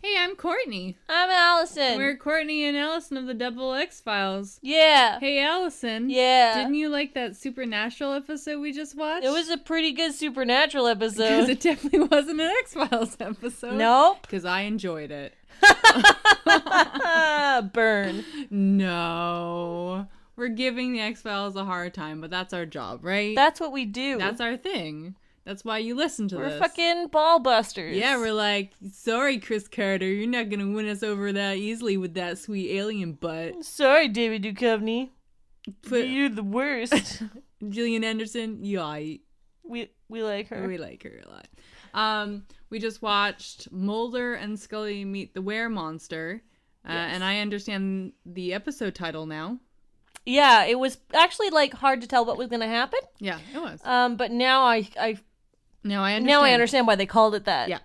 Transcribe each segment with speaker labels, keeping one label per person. Speaker 1: Hey, I'm Courtney.
Speaker 2: I'm Allison.
Speaker 1: We're Courtney and Allison of the Double X Files.
Speaker 2: yeah.
Speaker 1: Hey, Allison.
Speaker 2: Yeah.
Speaker 1: Didn't you like that Supernatural episode we just watched?
Speaker 2: It was a pretty good supernatural
Speaker 1: because
Speaker 2: episode.
Speaker 1: it definitely wasn't an X Files episode.
Speaker 2: nope.
Speaker 1: because I enjoyed it.
Speaker 2: Ah, Burn.
Speaker 1: No, we're giving the X Files a hard time, but that's our job, right?
Speaker 2: That's what we do.
Speaker 1: That's our thing. That's why you listen to
Speaker 2: we're
Speaker 1: this.
Speaker 2: fucking ball busters.
Speaker 1: Yeah, we're like, sorry, Chris Carter, you're not gonna win us over that easily with that sweet alien butt.
Speaker 2: sorry, David Duchovny.
Speaker 1: But
Speaker 2: You're the worst.
Speaker 1: Gillian Anderson, you aight.
Speaker 2: we we like her.
Speaker 1: We like her a lot. Um, we just watched Mulder and Scully meet the Were Monster, uh, and I understand the episode title now.
Speaker 2: yeah, it was actually like hard to tell what was gonna happen.
Speaker 1: Yeah, it was.
Speaker 2: Um, but now I I
Speaker 1: now I understand.
Speaker 2: now I understand why they called it that.
Speaker 1: Yeah.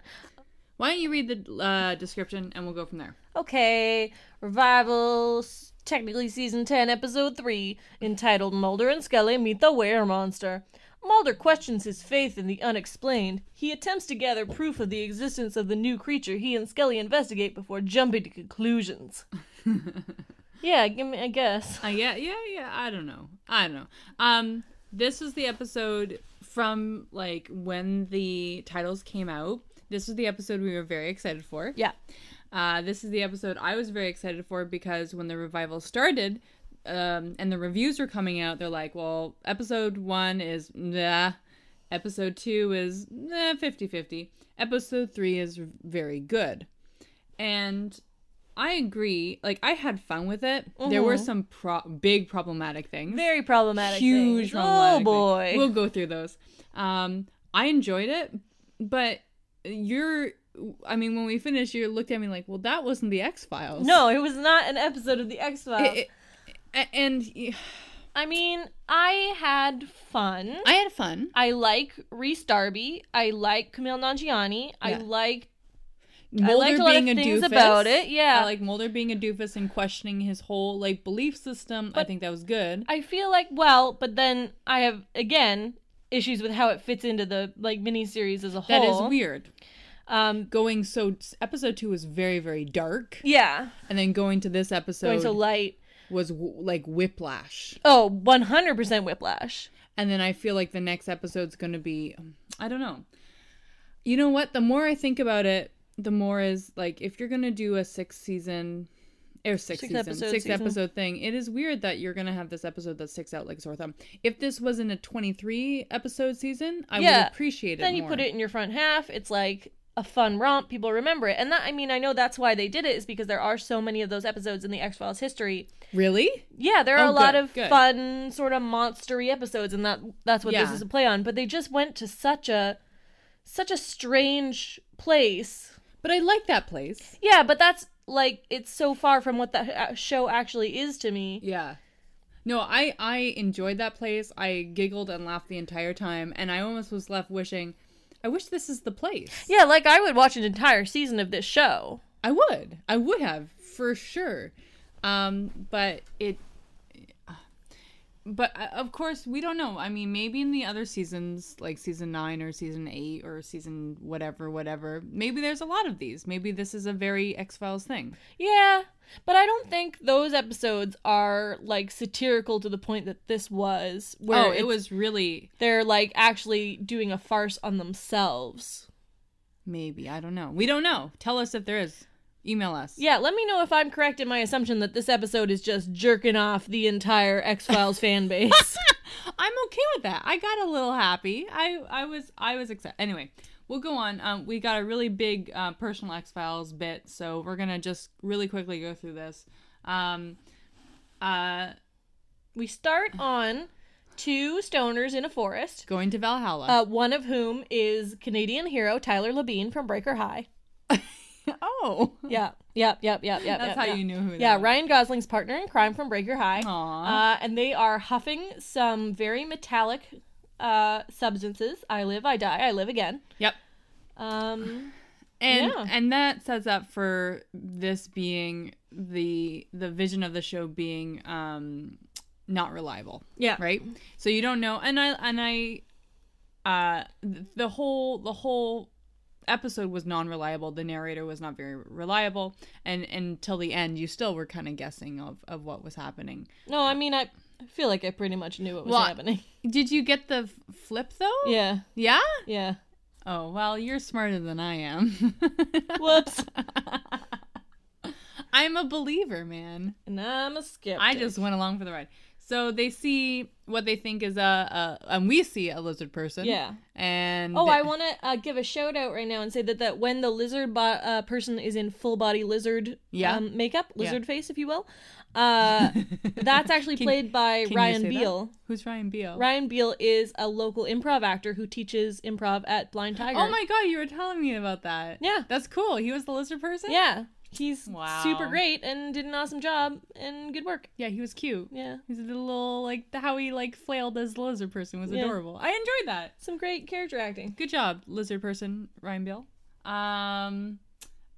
Speaker 1: Why don't you read the uh, description and we'll go from there?
Speaker 2: Okay, revival, s- technically season 10, episode 3, entitled Mulder and Scully Meet the Were Monster. Mulder questions his faith in the unexplained. He attempts to gather proof of the existence of the new creature he and Scully investigate before jumping to conclusions. yeah, give me, I guess.
Speaker 1: Uh, yeah, yeah, yeah. I don't know. I don't know. Um, this was the episode from like when the titles came out. This was the episode we were very excited for.
Speaker 2: Yeah.
Speaker 1: Uh, this is the episode I was very excited for because when the revival started um, and the reviews were coming out, they're like, well, episode one is nah, episode two is nah, 50 50, episode three is very good. And I agree. Like, I had fun with it. There were some pro- big problematic things
Speaker 2: Very problematic.
Speaker 1: huge
Speaker 2: things.
Speaker 1: problematic
Speaker 2: Oh
Speaker 1: thing.
Speaker 2: boy.
Speaker 1: we'll go through those um i enjoyed it but you're i mean when we finished you looked at me like well that wasn't the x-files
Speaker 2: no, it was not an episode of the X Files.
Speaker 1: It- it- and y-
Speaker 2: I mean, I had fun.
Speaker 1: i had fun
Speaker 2: I like Reese Darby. I like Camille Nangiani. I
Speaker 1: Yeah.
Speaker 2: like
Speaker 1: mulder
Speaker 2: liked a lot of
Speaker 1: being
Speaker 2: things
Speaker 1: doofus
Speaker 2: about it, yeah.
Speaker 1: I like mulder being a doofus and questioning his whole like belief system i
Speaker 2: But-
Speaker 1: think that was good
Speaker 2: I feel like well, but then I have again issues with how it fits into the like miniseries as a whole.
Speaker 1: that is weird
Speaker 2: Um
Speaker 1: going so episode two was very very dark
Speaker 2: yeah,
Speaker 1: and then going to this episode
Speaker 2: going so light.
Speaker 1: was w- like whiplash
Speaker 2: Oh, 100% whiplash.
Speaker 1: and then I feel like the next episode's going to be um, I don't know. You know what? The more I think about it, the more is like if you're going to do a six season or six,
Speaker 2: Six
Speaker 1: season,
Speaker 2: episode
Speaker 1: six
Speaker 2: season.
Speaker 1: episode thing, it is weird that you're going to have this episode that sticks out like a sore thumb. If this wasn't a 23 episode season, I
Speaker 2: Yeah.
Speaker 1: would appreciate it
Speaker 2: Then you
Speaker 1: more.
Speaker 2: put it in your front half. It's like a fun romp. People remember it. And that I mean, I know that's why they did it is because there are so many of those episodes in the X-Files history.
Speaker 1: Really?
Speaker 2: Yeah, there are
Speaker 1: Oh,
Speaker 2: a lot
Speaker 1: good,
Speaker 2: of
Speaker 1: good.
Speaker 2: fun sort of monstery episodes, and that that's what
Speaker 1: Yeah.
Speaker 2: this is a play on. But they just went to such a such a strange place.
Speaker 1: But I like that place.
Speaker 2: Yeah, but that's like it's so far from what that uh, show actually is to me.
Speaker 1: Yeah. No, I I enjoyed that place. I giggled and laughed the entire time and I almost was left wishing I wish this is the place.
Speaker 2: Yeah, like I would watch an entire season of this show.
Speaker 1: I would. I would have for sure. Um, but it. But uh, of course, we don't know. I mean, maybe in the other seasons, like season nine or season eight or season whatever, whatever, maybe there's a lot of these. Maybe this is a very X Files thing.
Speaker 2: Yeah, but I don't think those episodes are like satirical to the point that this was. Where
Speaker 1: oh, it
Speaker 2: it's-
Speaker 1: was really
Speaker 2: They're like actually doing a farce on themselves.
Speaker 1: maybe. I don't know. We don't know. Tell us if there is. Email us.
Speaker 2: Yeah, let me know if I'm correct in my assumption that this episode is just jerking off the entire X Files fan base.
Speaker 1: I'm okay with that. I got a little happy. I I was I was excited. Anyway, we'll go on. Um, we got a really big uh, personal X Files bit, so we're gonna just really quickly go through this. Um, uh,
Speaker 2: we start on two stoners in a forest,
Speaker 1: going to Valhalla.
Speaker 2: uh, one of whom is Canadian hero Tyler Labine from Breaker High.
Speaker 1: oh, Oh.
Speaker 2: Yeah, yep, yep, yep, yep.
Speaker 1: That's
Speaker 2: yep,
Speaker 1: how
Speaker 2: yep.
Speaker 1: you knew who they
Speaker 2: Yeah,
Speaker 1: were.
Speaker 2: Ryan Gosling's partner in crime from Breaker High.
Speaker 1: Aw.
Speaker 2: Uh, and they are huffing some very metallic uh, substances. I live, I die, I live again.
Speaker 1: Yep.
Speaker 2: Um,
Speaker 1: And
Speaker 2: Yeah.
Speaker 1: and that sets up for this being the the vision of the show being um not reliable.
Speaker 2: yeah.
Speaker 1: right so you don't know and i and i uh th- the whole the whole episode was non-reliable the narrator was not very reliable and until the end you still were kind of guessing of of what was happening
Speaker 2: No, I mean, I I feel like I pretty much knew what was
Speaker 1: Well,
Speaker 2: happening.
Speaker 1: did you get the f- flip though
Speaker 2: Yeah,
Speaker 1: yeah
Speaker 2: yeah.
Speaker 1: oh well you're smarter than i am
Speaker 2: Whoops.
Speaker 1: i'm a believer man
Speaker 2: and I'm a skip.
Speaker 1: I just went along for the ride. So they see what they think is a, a and we see a lizard person.
Speaker 2: Yeah.
Speaker 1: And
Speaker 2: Oh, I want to uh, give a shout out right now and say that, that when the lizard bo- uh, person is in full body lizard
Speaker 1: Yeah.
Speaker 2: um, makeup,
Speaker 1: Yeah.
Speaker 2: lizard face, if you will, uh, that's actually
Speaker 1: Can-
Speaker 2: played by
Speaker 1: can you say
Speaker 2: Ryan
Speaker 1: that? Oh.
Speaker 2: Beal.
Speaker 1: Who's Ryan Beal?
Speaker 2: Ryan Beal is a local improv actor who teaches improv at Blind Tiger.
Speaker 1: Oh my god, you were telling me about that.
Speaker 2: Yeah.
Speaker 1: That's cool. He was the lizard person?
Speaker 2: Yeah, he's
Speaker 1: Wow.
Speaker 2: super great and did an awesome job and good work.
Speaker 1: Yeah, he was cute.
Speaker 2: Yeah,
Speaker 1: He's a little like the- how he like flailed as the lizard person was
Speaker 2: Yeah.
Speaker 1: adorable. I enjoyed that.
Speaker 2: some great character acting.
Speaker 1: Good job, lizard person, Ryan Beal. Um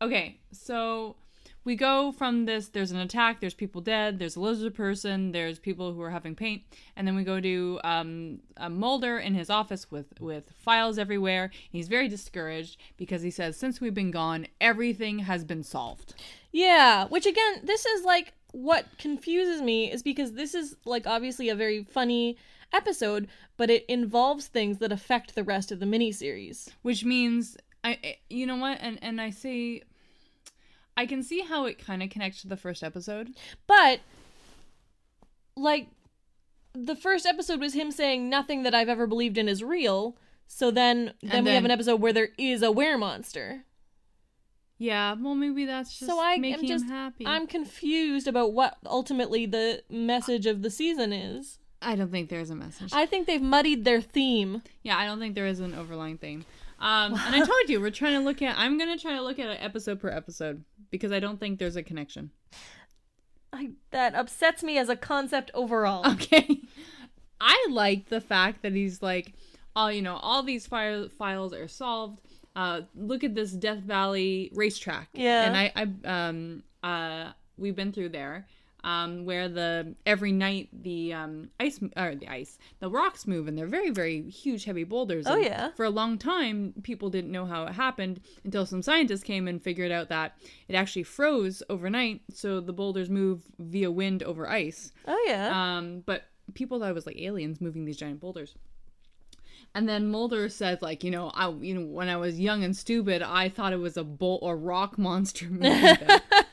Speaker 1: Okay, so we go from this there's an attack, there's people dead, there's a lizard person, there's people who are having paint, and then we go to um, uh, Mulder in his office with, with files everywhere. He's very discouraged because he says, Since we've been gone, everything has been solved.
Speaker 2: Yeah, which again, this is like what confuses me is because this is like obviously a very funny episode, but it involves things that affect the rest of the miniseries.
Speaker 1: which means I, I- you know what, and and I say, I can see how it kind of connects to the first episode.
Speaker 2: But like the first episode was him saying nothing that I've ever believed in is real. So then then, we have
Speaker 1: then-
Speaker 2: an episode where there is a were monster.
Speaker 1: Yeah, well, maybe that's just
Speaker 2: So I
Speaker 1: making
Speaker 2: am just
Speaker 1: him happy.
Speaker 2: I'm confused about what ultimately the message of the season is.
Speaker 1: I don't think there's a message.
Speaker 2: I think they've muddied their theme.
Speaker 1: yeah, I don't think there is an overlying theme. Um, and I told you we're trying to look at. I'm gonna try to look at it episode per episode because I don't think there's a connection.
Speaker 2: I, that upsets me as a concept overall.
Speaker 1: Okay. I like the fact that he's like, all you know, all these fire files are solved. Uh, look at this Death Valley racetrack.
Speaker 2: Yeah.
Speaker 1: And I, I um, uh, we've been through there, um, where the every night the um ice or the ice the rocks move and they're very very huge heavy boulders.
Speaker 2: Oh,
Speaker 1: And
Speaker 2: yeah.
Speaker 1: For a long time, people didn't know how it happened until some scientists came and figured out that it actually froze overnight, so the boulders move via wind over ice.
Speaker 2: Oh yeah.
Speaker 1: Um, but people thought it was like aliens moving these giant boulders. And then Mulder says, like, you know, I, you know, when I was young and stupid, I thought it was a bull or rock monster moving. them."
Speaker 2: that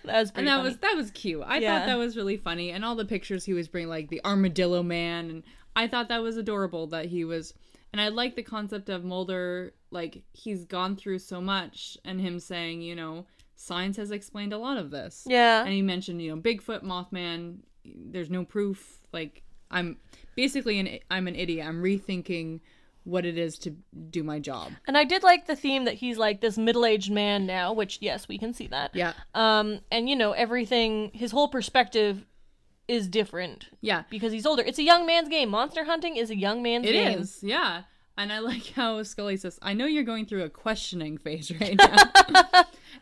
Speaker 2: was
Speaker 1: and
Speaker 2: pretty
Speaker 1: that
Speaker 2: funny.
Speaker 1: was that was cute. I
Speaker 2: Yeah.
Speaker 1: thought that was really funny. And all the pictures he was bringing, like the armadillo man, and I thought that was adorable that he was. And I like the concept of Mulder, like he's gone through so much, and him saying, you know, science has explained a lot of this.
Speaker 2: yeah.
Speaker 1: And he mentioned, you know, Bigfoot, Mothman. There's no proof. Like I'm basically an I'm an idiot. I'm rethinking what it is to do my job.
Speaker 2: and I did like the theme that he's like this middle-aged man now, which yes, we can see that.
Speaker 1: Yeah,
Speaker 2: Um and you know, everything his whole perspective is different
Speaker 1: yeah,
Speaker 2: because he's older. It's a young man's game. Monster hunting is a young man's
Speaker 1: it is.
Speaker 2: game.
Speaker 1: Yeah, and I like how Scully says, "I know you're going through a questioning phase right now."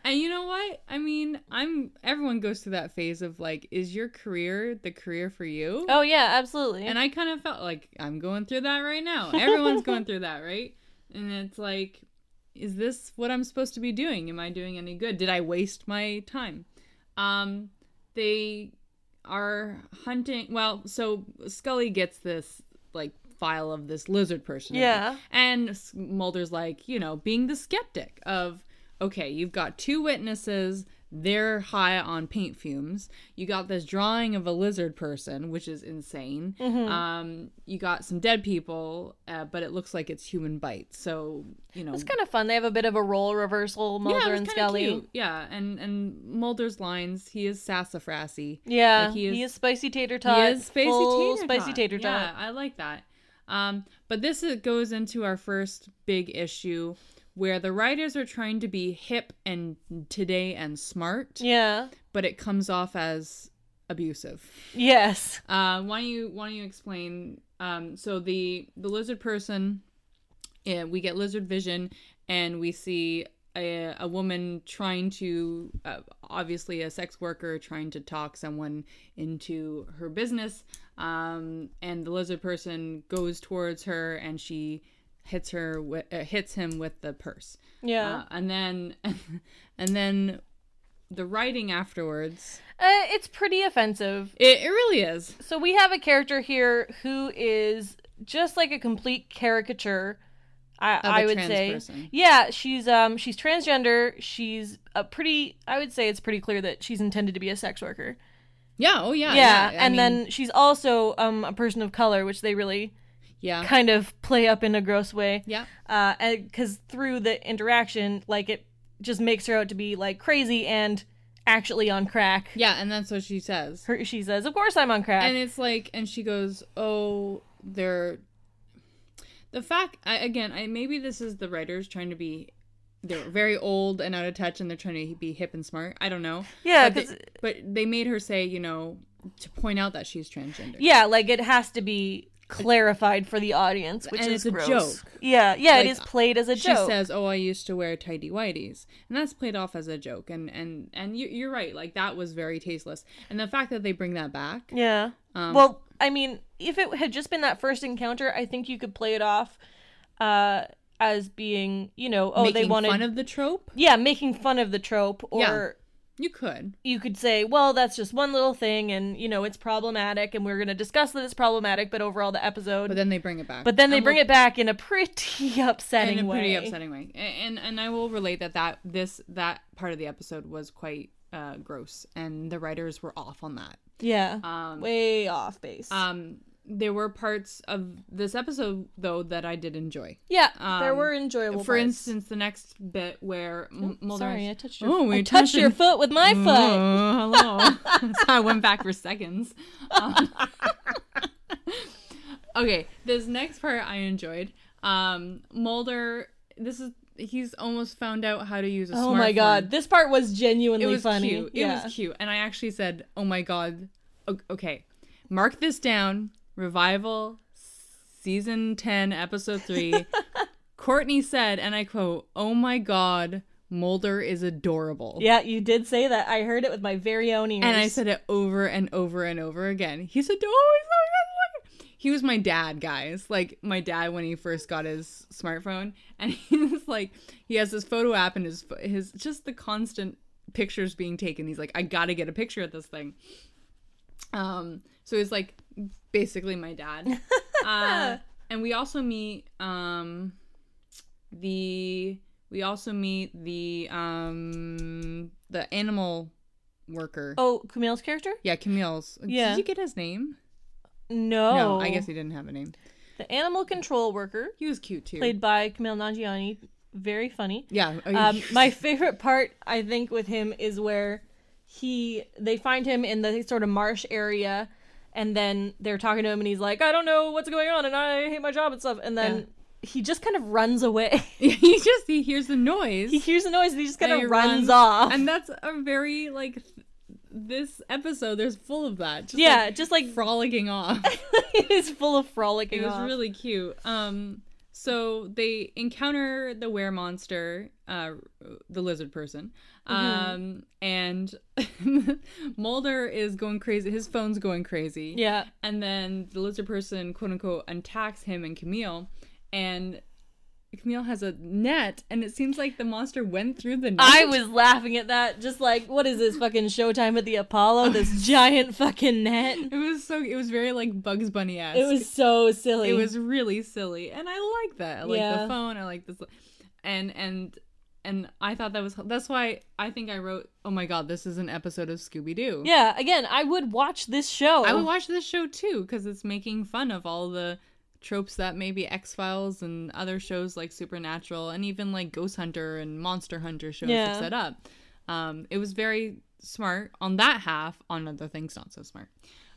Speaker 1: and you know what? I mean, I'm everyone goes through that phase of like, is your career the career for you?
Speaker 2: Oh yeah, absolutely.
Speaker 1: And I kind of felt like I'm going through that right now. Everyone's going through that, right? And it's like, is this what I'm supposed to be doing? Am I doing any good? Did I waste my time? Um, they are hunting. Well, so Scully gets this like file of this lizard person.
Speaker 2: Yeah.
Speaker 1: And S- Mulder's like, you know, being the skeptic of, okay, you've got two witnesses. They're high on paint fumes. You got this drawing of a lizard person, which is insane. Um, you got some dead people, uh, but it looks like it's human bites. So you know,
Speaker 2: It's kind of fun. They have a bit of a role reversal,
Speaker 1: yeah, it
Speaker 2: Mulder
Speaker 1: was
Speaker 2: and
Speaker 1: kinda
Speaker 2: Scully.
Speaker 1: cute. Yeah, and and Mulder's lines. He is sassafrassy.
Speaker 2: Yeah,
Speaker 1: Like,
Speaker 2: he,
Speaker 1: he
Speaker 2: is,
Speaker 1: is-
Speaker 2: spicy tater tot.
Speaker 1: He is spicy
Speaker 2: full
Speaker 1: tater
Speaker 2: spicy
Speaker 1: tot.
Speaker 2: tater tot.
Speaker 1: Yeah, I like that. Um, but this is, goes into our first big issue, where the writers are trying to be hip and today and smart,
Speaker 2: Yeah.
Speaker 1: but it comes off as abusive.
Speaker 2: Yes.
Speaker 1: Uh, why don't you why don't you explain? Um, so the the lizard person, yeah, we get lizard vision, and we see a, a woman trying to, uh, obviously a sex worker trying to talk someone into her business, um, and the lizard person goes towards her, and she hits her wi- uh, hits him with the purse,
Speaker 2: Yeah.
Speaker 1: uh, and then and then the writing afterwards.
Speaker 2: Uh, it's pretty offensive.
Speaker 1: It, it really is.
Speaker 2: So we have a character here who is just like a complete caricature. I,
Speaker 1: a
Speaker 2: I would
Speaker 1: trans
Speaker 2: say,
Speaker 1: person.
Speaker 2: yeah, she's um she's transgender. She's a pretty. I would say it's pretty clear that she's intended to be a sex worker.
Speaker 1: Yeah. Oh yeah.
Speaker 2: yeah,
Speaker 1: I
Speaker 2: and
Speaker 1: mean,
Speaker 2: then she's also um a person of color, which they really
Speaker 1: yeah.
Speaker 2: kind of play up in a gross way.
Speaker 1: Yeah.
Speaker 2: because through the interaction, like it just makes her out to be like crazy and actually on crack.
Speaker 1: Yeah, and that's what she says.
Speaker 2: Her, she says, "Of course I'm on crack."
Speaker 1: And it's like and she goes, "Oh, they're the fact I, again, I maybe this is the writers trying to be they're very old and out of touch and they're trying to be hip and smart. I don't know.
Speaker 2: yeah,
Speaker 1: but,
Speaker 2: 'cause-
Speaker 1: they, but they made her say, you know, to point out that she's transgender.
Speaker 2: yeah, like it has to be clarified for the audience, which
Speaker 1: And it's
Speaker 2: is
Speaker 1: a
Speaker 2: gross.
Speaker 1: joke.
Speaker 2: Yeah, yeah,
Speaker 1: Like,
Speaker 2: it is played as a
Speaker 1: She
Speaker 2: joke.
Speaker 1: says, "Oh, I used to wear tidy whities," and that's played off as a joke. And and and you, you're right; like that was very tasteless. And the fact that they bring that back,
Speaker 2: yeah.
Speaker 1: um,
Speaker 2: well, I mean, if it had just been that first encounter, I think you could play it off uh, as being, you know, oh,
Speaker 1: making
Speaker 2: they wanted,
Speaker 1: fun of the trope,
Speaker 2: yeah, making fun of the trope, or
Speaker 1: Yeah. you could.
Speaker 2: you could say, well, that's just one little thing, and you know, it's problematic, and we're going to discuss that it's problematic, but overall, the episode.
Speaker 1: But then they bring it back.
Speaker 2: But then they
Speaker 1: And
Speaker 2: bring
Speaker 1: we'll-
Speaker 2: it back in a pretty upsetting
Speaker 1: in a
Speaker 2: way.
Speaker 1: pretty upsetting way. A- And and I will relate that that this that part of the episode was quite uh, gross, and the writers were off on that.
Speaker 2: Yeah,
Speaker 1: Um,
Speaker 2: way off base.
Speaker 1: um, there were parts of this episode though that I did enjoy.
Speaker 2: yeah, there
Speaker 1: um,
Speaker 2: were enjoyable.
Speaker 1: For
Speaker 2: parts.
Speaker 1: instance, the next bit where M- Mulder
Speaker 2: sorry,
Speaker 1: is-
Speaker 2: I touched your.
Speaker 1: Oh,
Speaker 2: I
Speaker 1: we Mm-hmm.
Speaker 2: touched, your foot with my foot.
Speaker 1: Oh, hello. so I went back for seconds. Um, okay, this next part I enjoyed. Um, Mulder, this is he's almost found out how to use a smartphone.
Speaker 2: Oh my god, this part was genuinely
Speaker 1: it was
Speaker 2: funny.
Speaker 1: cute.
Speaker 2: Yeah.
Speaker 1: It was cute, and I actually said, "Oh my god, O- okay, mark this down." Revival, season ten, episode three. Courtney said, and I quote, "Oh my god." Mulder is adorable.
Speaker 2: Yeah, you did say that. I heard it with my very own ears.
Speaker 1: And I said it over and over and over again. "Oh, He's adorable. He's so good looking. He was my dad, guys. Like my dad when he first got his smartphone, and he's like, he has this photo app and his pho- his just the constant pictures being taken. He's like, I gotta get a picture of this thing. Um, so he's like basically my dad. uh, and we also meet um the we also meet the um the animal worker.
Speaker 2: "Oh, Camille's character?
Speaker 1: Yeah, Camille's.
Speaker 2: Yeah. Oh.
Speaker 1: Did you get his name?
Speaker 2: No,
Speaker 1: No, I guess he didn't have a name.
Speaker 2: the animal control worker,
Speaker 1: He was cute too.
Speaker 2: played by Camille Nangiani, very funny.
Speaker 1: yeah. oh,
Speaker 2: Um, my favorite part, I think, with him is where he they find him in the sort of marsh area, and then they're talking to him, and he's like, "I don't know what's going on, and I hate my job and stuff." And then he just kind of runs away.
Speaker 1: he just he hears the noise.
Speaker 2: he hears the noise, and he just kind
Speaker 1: and he
Speaker 2: of runs, off.
Speaker 1: And that's a very like th- this episode. There's full of that. Just,
Speaker 2: yeah,
Speaker 1: like,
Speaker 2: just like
Speaker 1: frolicking off.
Speaker 2: it is full of frolicking.
Speaker 1: it was
Speaker 2: off.
Speaker 1: really cute. Um, so they encounter the were monster, uh, the lizard person,
Speaker 2: Mm-hmm.
Speaker 1: um, and Mulder is going crazy. His phone's going crazy.
Speaker 2: yeah.
Speaker 1: And then the lizard person, quote unquote, attacks him and Camille. And Camille has a net, and it seems like the monster went through the net.
Speaker 2: I was laughing at that, just like, what is this fucking Showtime at the Apollo? This giant fucking net.
Speaker 1: It was so. It was very like Bugs Bunny esque.
Speaker 2: It was so silly.
Speaker 1: It was really silly, and I like that. I like
Speaker 2: Yeah.
Speaker 1: the phone. I like this. And and and I thought that was. That's why I think I wrote. Oh my god, this is an episode of Scooby Doo.
Speaker 2: Yeah, again, I would watch this show.
Speaker 1: I would watch this show too because it's making fun of all the tropes that maybe X Files and other shows like Supernatural and even like Ghost Hunter and Monster Hunter shows
Speaker 2: Yeah.
Speaker 1: have set up. Um, it was very smart on that half. On other things, not so smart.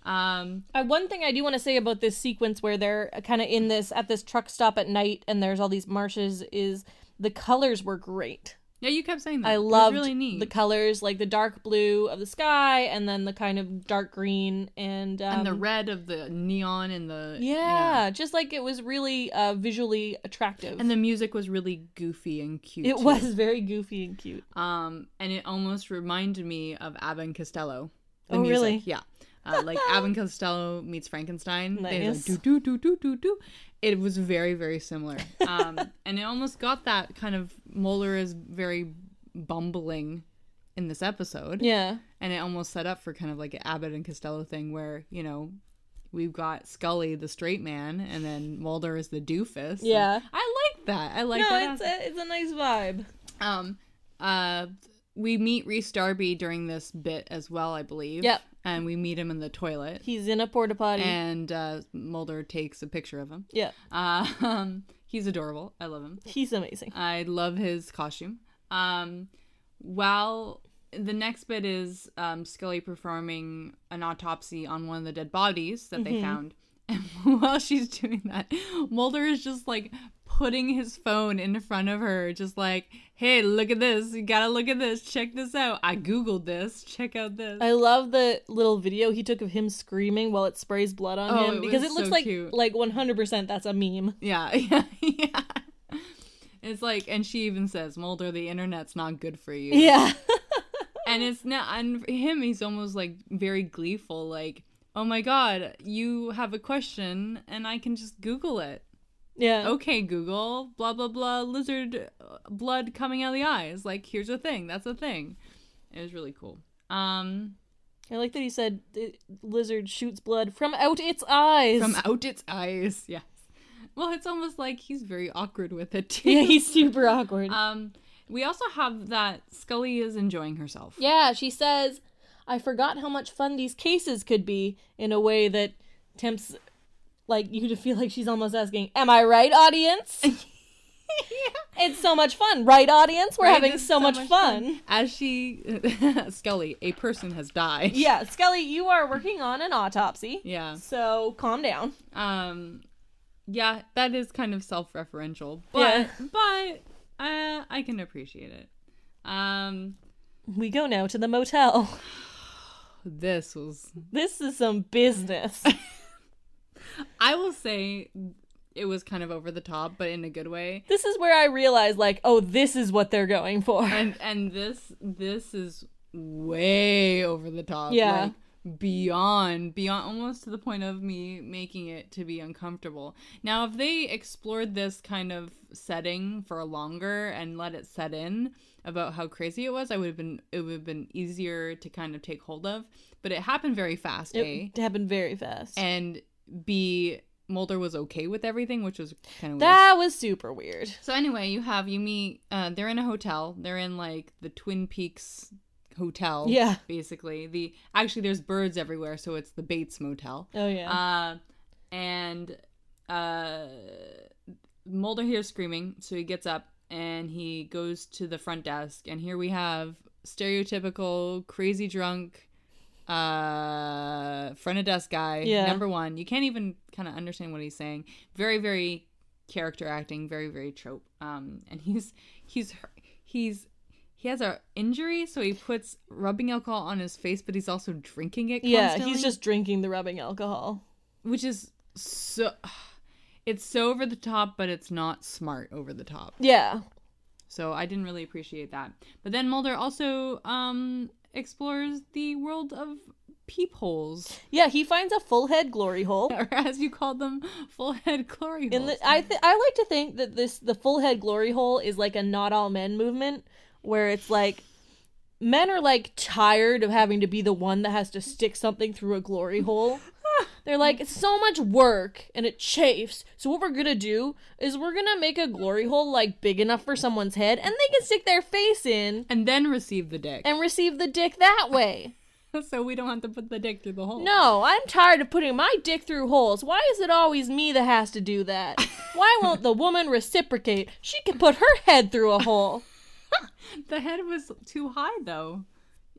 Speaker 1: Um,
Speaker 2: Uh, one thing I do want to say about this sequence where they're kind of in this at this truck stop at night and there's all these marshes is The colors were great.
Speaker 1: Yeah, you kept saying that.
Speaker 2: I
Speaker 1: It was
Speaker 2: loved
Speaker 1: really neat.
Speaker 2: the colors, like the dark blue of the sky, and then the kind of dark green and um,
Speaker 1: and the red of the neon and the
Speaker 2: Yeah, just like it was really uh, visually attractive.
Speaker 1: and the music was really goofy and cute.
Speaker 2: it
Speaker 1: too.
Speaker 2: was very goofy and cute.
Speaker 1: um, and it almost reminded me of Abbott and Costello. The
Speaker 2: Oh,
Speaker 1: music.
Speaker 2: really?
Speaker 1: Yeah. Uh, like Abbott and Costello meets Frankenstein. They
Speaker 2: Nice.
Speaker 1: like, do do do do do do. It was very very similar, um, and it almost got that kind of Moeller is very bumbling in this episode.
Speaker 2: Yeah,
Speaker 1: and it almost set up for kind of like an Abbott and Costello thing where you know we've got Scully the straight man and then Mulder is the doofus.
Speaker 2: Yeah.
Speaker 1: And I like that. I like
Speaker 2: no,
Speaker 1: that.
Speaker 2: it's a, it's a nice vibe.
Speaker 1: um, uh, we meet Reese Darby during this bit as well, I believe.
Speaker 2: Yep.
Speaker 1: And we meet him in the toilet,
Speaker 2: He's in a porta potty.
Speaker 1: and uh, Mulder takes a picture of him.
Speaker 2: yeah,
Speaker 1: Uh, um, he's adorable. I love him.
Speaker 2: he's amazing.
Speaker 1: I love his costume. Um, while the next bit is um, Scully performing an autopsy on one of the dead bodies that they found. And while she's doing that, Mulder is just like putting his phone in front of her, just like, hey, look at this. You gotta look at this. Check this out. I Googled this. Check out this.
Speaker 2: I love the little video he took of him screaming while it sprays blood on
Speaker 1: Oh,
Speaker 2: him
Speaker 1: it
Speaker 2: because
Speaker 1: was
Speaker 2: it looks
Speaker 1: so
Speaker 2: like
Speaker 1: cute.
Speaker 2: like 100% that's a meme.
Speaker 1: yeah, yeah, yeah. It's like, and she even says, Mulder, the internet's not good for you.
Speaker 2: Yeah.
Speaker 1: and it's not and for him he's almost like very gleeful like oh my god you have a question and i can just google it
Speaker 2: yeah.
Speaker 1: okay google blah blah blah lizard uh, blood coming out of the eyes like here's a thing that's a thing it was really cool um
Speaker 2: I like that he said "The lizard shoots blood from out its eyes.
Speaker 1: from out its eyes yes well it's almost like he's very awkward with it too
Speaker 2: yeah, he's super awkward.
Speaker 1: um we also have that scully is enjoying herself
Speaker 2: Yeah, she says, I forgot how much fun these cases could be in a way that tempts like you to feel like she's almost asking, Am I right, audience? It's so much fun, right, audience? We're
Speaker 1: Right?
Speaker 2: having
Speaker 1: It's
Speaker 2: so, much, fun.
Speaker 1: as she scully a person has died
Speaker 2: Yeah, Skelly, you are working on an autopsy.
Speaker 1: yeah
Speaker 2: So calm down.
Speaker 1: um yeah that is kind of self-referential but
Speaker 2: Yeah.
Speaker 1: but uh, i can appreciate it um
Speaker 2: We go now to the motel.
Speaker 1: this was
Speaker 2: This is some business.
Speaker 1: i will say it was kind of over the top but in a good way
Speaker 2: this is where I realize, like, oh, this is what they're going for.
Speaker 1: and and this this is way over the top
Speaker 2: Yeah.
Speaker 1: like, beyond beyond almost to the point of me making it to be uncomfortable now if they explored this kind of setting for longer and let it set in about how crazy it was i would have been it would have been easier to kind of take hold of but it happened very fast a
Speaker 2: It happened very fast.
Speaker 1: and b mulder was okay with everything which was kind of weird.
Speaker 2: that was super weird.
Speaker 1: So anyway, you have you meet. Uh, they're in a hotel. They're in like the Twin Peaks hotel.
Speaker 2: Yeah.
Speaker 1: basically the actually there's birds everywhere, so it's the Bates Motel.
Speaker 2: Oh yeah.
Speaker 1: Uh, and uh, Mulder hears screaming, so he gets up and he goes to the front desk. And here we have stereotypical crazy drunk uh front of desk guy
Speaker 2: Yeah.
Speaker 1: number one you can't even kind of understand what he's saying very very character acting very very trope um and he's he's he's he has a injury so he puts rubbing alcohol on his face but he's also drinking it
Speaker 2: Yeah,
Speaker 1: constantly
Speaker 2: he's just drinking the rubbing alcohol.
Speaker 1: which is so it's so over the top but it's not smart over the top
Speaker 2: Yeah.
Speaker 1: so i didn't really appreciate that but then mulder also um explores the world of peepholes
Speaker 2: Yeah, he finds a full head glory hole.
Speaker 1: or as you called them full head glory
Speaker 2: And
Speaker 1: holes.
Speaker 2: the, I th- I like to think that this the full head glory hole is like a not all men movement where it's like men are like tired of having to be the one that has to stick something through a glory hole. They're like it's so much work and it chafes. So what we're going to do is we're going to make a glory hole like big enough for someone's head and they can stick their face in
Speaker 1: and then receive the dick
Speaker 2: and receive the dick that way.
Speaker 1: so we don't have to put the dick through the hole
Speaker 2: No, I'm tired of putting my dick through holes. Why is it always me that has to do that? Why won't the woman reciprocate? She can put her head through a hole.
Speaker 1: the head was too high though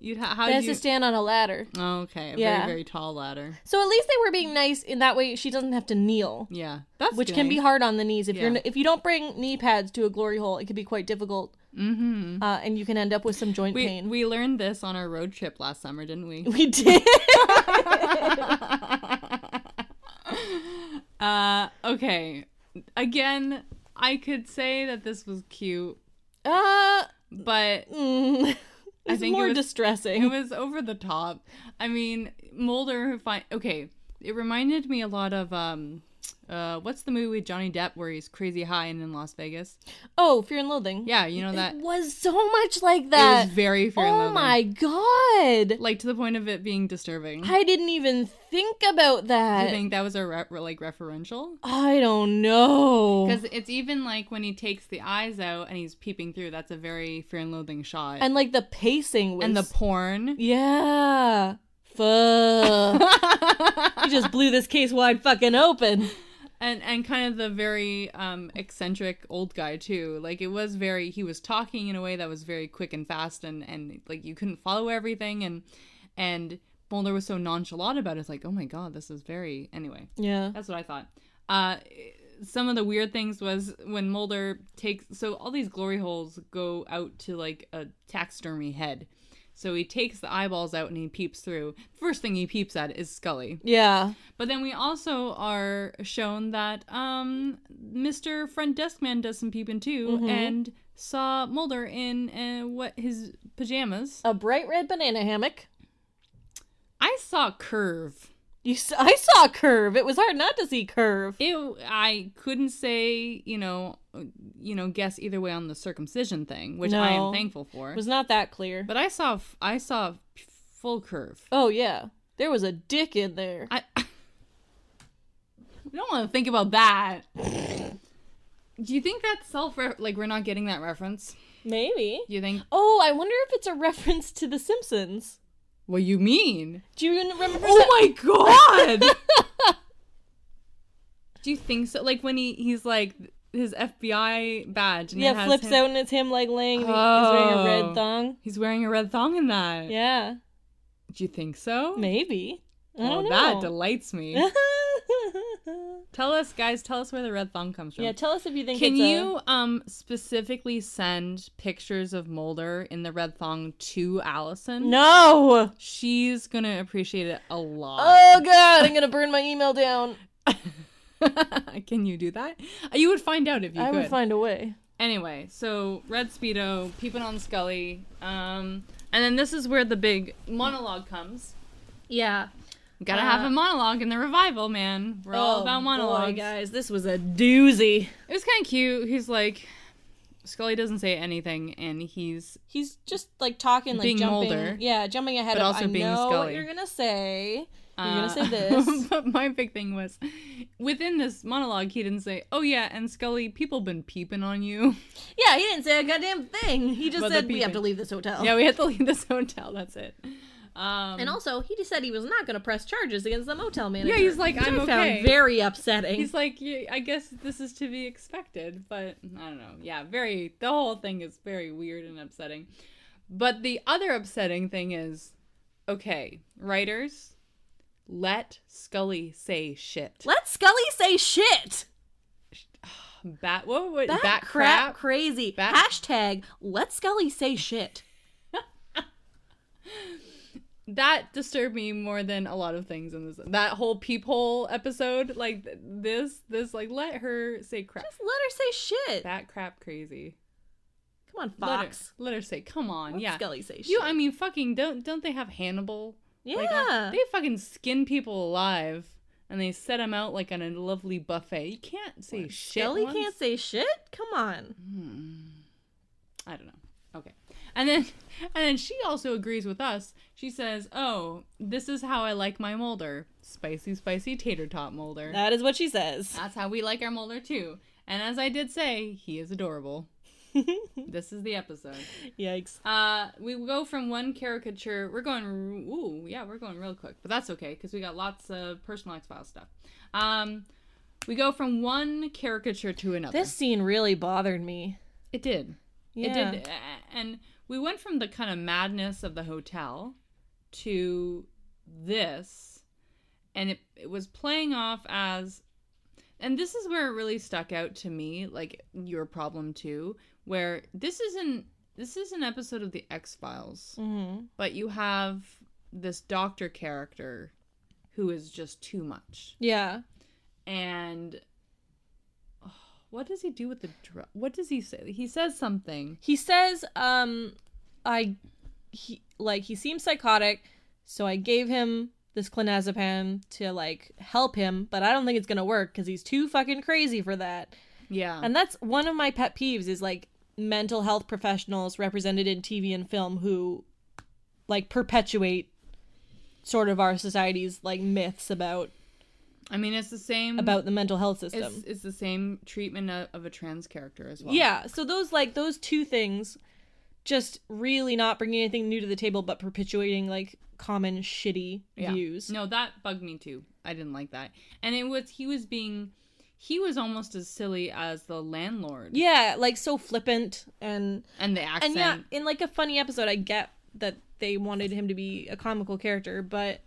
Speaker 1: You'd ha- how
Speaker 2: They
Speaker 1: did
Speaker 2: has
Speaker 1: you?
Speaker 2: to stand on a ladder.
Speaker 1: oh, okay, a
Speaker 2: Yeah.
Speaker 1: very very tall ladder.
Speaker 2: So at least they were being nice in that way. She doesn't have to kneel,
Speaker 1: Yeah, that's
Speaker 2: which can be hard on the knees. If you're
Speaker 1: Yeah.
Speaker 2: n- if you don't bring knee pads to a glory hole, it could be quite difficult,
Speaker 1: Mm-hmm.
Speaker 2: uh, and you can end up with some joint
Speaker 1: We
Speaker 2: pain.
Speaker 1: we learned this on our road trip last summer, didn't we?
Speaker 2: we did.
Speaker 1: uh, okay. Again, I could say that this was cute,
Speaker 2: uh,
Speaker 1: but
Speaker 2: mm,
Speaker 1: I
Speaker 2: it's
Speaker 1: think it
Speaker 2: more
Speaker 1: was-
Speaker 2: distressing.
Speaker 1: it was over the top. I mean, Mulder who find okay. It reminded me a lot of um, uh, what's the movie with Johnny Depp where he's crazy high and in Las Vegas?
Speaker 2: oh, fear and loathing.
Speaker 1: Yeah, you know that.
Speaker 2: it was so much like
Speaker 1: It
Speaker 2: that.
Speaker 1: was very fair. and
Speaker 2: oh
Speaker 1: Lovely.
Speaker 2: my god!
Speaker 1: Like to the point of it being disturbing.
Speaker 2: I didn't even think about
Speaker 1: Do
Speaker 2: that.
Speaker 1: you think that was a re- re- like referential?
Speaker 2: I don't know.
Speaker 1: Because it's even like when he takes the eyes out and he's peeping through. That's a very fear and loathing shot.
Speaker 2: And like the pacing was.
Speaker 1: and the porn.
Speaker 2: yeah. Fuck. you just blew this case wide fucking open.
Speaker 1: and and kind of the very um eccentric old guy too like it was very he was talking in a way that was very quick and fast and and like you couldn't follow everything and and Mulder was so nonchalant about it it's like oh my god this is very anyway
Speaker 2: Yeah.
Speaker 1: that's what I thought uh some of the weird things was when Mulder takes so all these glory holes go out to like a taxidermy head so he takes the eyeballs out and he peeps through first thing he peeps at is Scully
Speaker 2: Yeah.
Speaker 1: but then we also are shown that um, Mr. Front Desk Man does some peeping too,
Speaker 2: Mm-hmm.
Speaker 1: and saw Mulder in uh, what his pajamas.
Speaker 2: A bright red banana hammock.
Speaker 1: I saw Curve.
Speaker 2: You s- I saw curve. It was hard not to see curve.
Speaker 1: It, I couldn't say, you know, you know, guess either way on the circumcision thing, which I
Speaker 2: No.
Speaker 1: am thankful for.
Speaker 2: It was not that clear.
Speaker 1: But I saw, f- I saw full curve.
Speaker 2: oh yeah. There was a dick in there.
Speaker 1: I, I don't want to think about that. Do you think that's self like we're not getting that reference?
Speaker 2: Maybe.
Speaker 1: Do you think
Speaker 2: Oh, I wonder if it's a reference to The Simpsons.
Speaker 1: What you mean?
Speaker 2: Do you remember?
Speaker 1: Oh my god! Do you think so? Like when he he's like his FBI badge and it
Speaker 2: Yeah,
Speaker 1: has
Speaker 2: flips
Speaker 1: him-
Speaker 2: out and it's him like laying. He's wearing a
Speaker 1: Oh.
Speaker 2: red thong.
Speaker 1: He's wearing a red thong in that.
Speaker 2: Yeah,
Speaker 1: Do you think so?
Speaker 2: maybe. I
Speaker 1: Well,
Speaker 2: don't
Speaker 1: that
Speaker 2: know.
Speaker 1: delights me. tell us, guys. Tell us where the red thong comes from.
Speaker 2: yeah, tell us if you think.
Speaker 1: Can
Speaker 2: it's a-
Speaker 1: you um specifically send pictures of Mulder in the red thong to Allison?
Speaker 2: No.
Speaker 1: She's gonna appreciate it a lot.
Speaker 2: Oh God, I'm gonna burn my email down.
Speaker 1: Can you do that? You would find out if you
Speaker 2: I
Speaker 1: could.
Speaker 2: would find a way.
Speaker 1: anyway, so Red Speedo peeping on Scully, um, and then this is where the big monologue comes.
Speaker 2: Yeah.
Speaker 1: Gotta have a monologue in the revival, man. We're
Speaker 2: Oh,
Speaker 1: all about monologues.
Speaker 2: guys, this was a doozy.
Speaker 1: it was kind of cute. He's like, Scully doesn't say anything, and he's
Speaker 2: He's just like talking, like
Speaker 1: Being
Speaker 2: jumping.
Speaker 1: Mulder.
Speaker 2: Yeah, jumping ahead
Speaker 1: But
Speaker 2: of.
Speaker 1: also
Speaker 2: I
Speaker 1: being
Speaker 2: know what
Speaker 1: Scully.
Speaker 2: you're gonna say. You're
Speaker 1: uh,
Speaker 2: gonna say this.
Speaker 1: but my big thing was, within this monologue, he didn't say, "Oh yeah," and Scully, people been peeping on you.
Speaker 2: yeah, he didn't say a goddamn thing. He just
Speaker 1: But the
Speaker 2: said we have
Speaker 1: peeping.
Speaker 2: to leave this hotel.
Speaker 1: yeah, we had to leave this hotel. That's it. Um,
Speaker 2: And also, he just said he was not going to press charges against the motel manager.
Speaker 1: yeah, he's like,
Speaker 2: which
Speaker 1: "I'm
Speaker 2: I
Speaker 1: okay."
Speaker 2: found very upsetting.
Speaker 1: He's like, yeah, I guess this is to be expected, but I don't know. Yeah, very. The whole thing is very weird and upsetting. But the other upsetting thing is, okay, writers, let Scully say shit.
Speaker 2: Let Scully say shit.
Speaker 1: Bat what? what
Speaker 2: That,
Speaker 1: bat
Speaker 2: crap,
Speaker 1: crap.
Speaker 2: crazy.
Speaker 1: Bat-
Speaker 2: Hashtag let Scully say shit.
Speaker 1: That disturbed me more than a lot of things in this. That whole peephole episode, like th- this, this, like let her say crap.
Speaker 2: Just let her say shit.
Speaker 1: Bat crap crazy.
Speaker 2: Come on,
Speaker 1: Let her-
Speaker 2: Fox.
Speaker 1: Let her, say, come on,
Speaker 2: Let
Speaker 1: yeah.
Speaker 2: Scully say shit.
Speaker 1: You, I mean, fucking don't don't they have Hannibal? Like, uh,
Speaker 2: yeah.
Speaker 1: they fucking skin people alive, and they set them out like on a lovely buffet. You can't say shit.
Speaker 2: Scully
Speaker 1: once. Mm-hmm.
Speaker 2: can't say shit? Come on.
Speaker 1: I don't know. Okay. And then and then she also agrees with us. She says, "Oh, this is how I like my molder. Spicy, spicy tater tot molder.
Speaker 2: That is what she says.
Speaker 1: That's how we like our molder too." And as I did say, he is adorable. this is the episode.
Speaker 2: Yikes.
Speaker 1: Uh, we go from one caricature. We're going. Ooh, yeah, we're going real quick, but that's okay because we got lots of personal X Files stuff. Um, we go from one caricature to another.
Speaker 2: This scene really bothered me.
Speaker 1: it did.
Speaker 2: Yeah.
Speaker 1: It did, uh, and we went from the kind of madness of the hotel to this and it, it was playing off as and this is where it really stuck out to me like your problem too where this isn't this is an episode of the x-files
Speaker 2: Mm-hmm.
Speaker 1: but you have this doctor character who is just too much
Speaker 2: Yeah.
Speaker 1: and oh, what does he do with the drug what does he say he says something
Speaker 2: He says, um, I, he, like, he seems psychotic, so I gave him this clonazepam to, like, help him, but I don't think it's gonna work because he's too fucking crazy for that.
Speaker 1: yeah
Speaker 2: And that's one of my pet peeves is, like, mental health professionals represented in TV and film who, like, perpetuate sort of our society's, like, myths about
Speaker 1: i mean it's the same
Speaker 2: about the mental health system.
Speaker 1: it's, it's the same treatment of, of a trans character as well
Speaker 2: Yeah, so those like those two things just really not bringing anything new to the table but perpetuating like common shitty
Speaker 1: Yeah.
Speaker 2: views.
Speaker 1: No, that bugged me too. I didn't like that. And it was he was being he was almost as silly as the landlord.
Speaker 2: Yeah, like so flippant and
Speaker 1: And the
Speaker 2: and
Speaker 1: accent.
Speaker 2: yeah, in like a funny episode I get that they wanted him to be a comical character, but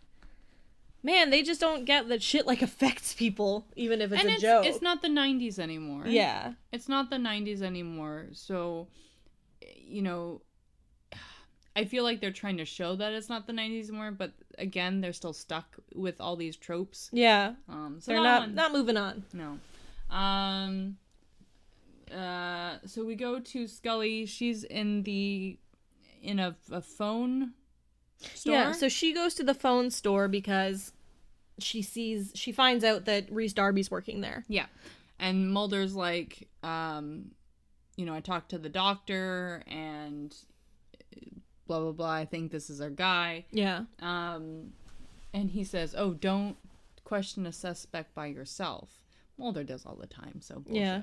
Speaker 2: man, they just don't get that shit like affects people even if it's
Speaker 1: and
Speaker 2: a
Speaker 1: it's,
Speaker 2: joke.
Speaker 1: it's not the 90s anymore.
Speaker 2: Yeah.
Speaker 1: It's not the 90s anymore. So, you know, I feel like they're trying to show that it's not the 90s anymore, but again, they're still stuck with all these tropes.
Speaker 2: Yeah.
Speaker 1: Um, so
Speaker 2: They're
Speaker 1: that
Speaker 2: not
Speaker 1: one-
Speaker 2: not moving on.
Speaker 1: No. Um uh so we go to Scully. She's in the in a, a phone store.
Speaker 2: Yeah, so she goes to the phone store because she sees she finds out that Reese Darby's working there.
Speaker 1: Yeah. And Mulder's like um you know, I talked to the doctor and uh, blah blah blah. I think this is our guy.
Speaker 2: Yeah.
Speaker 1: Um and he says, "Oh, don't question a suspect by yourself." Mulder does all the time, so bullshit.
Speaker 2: Yeah.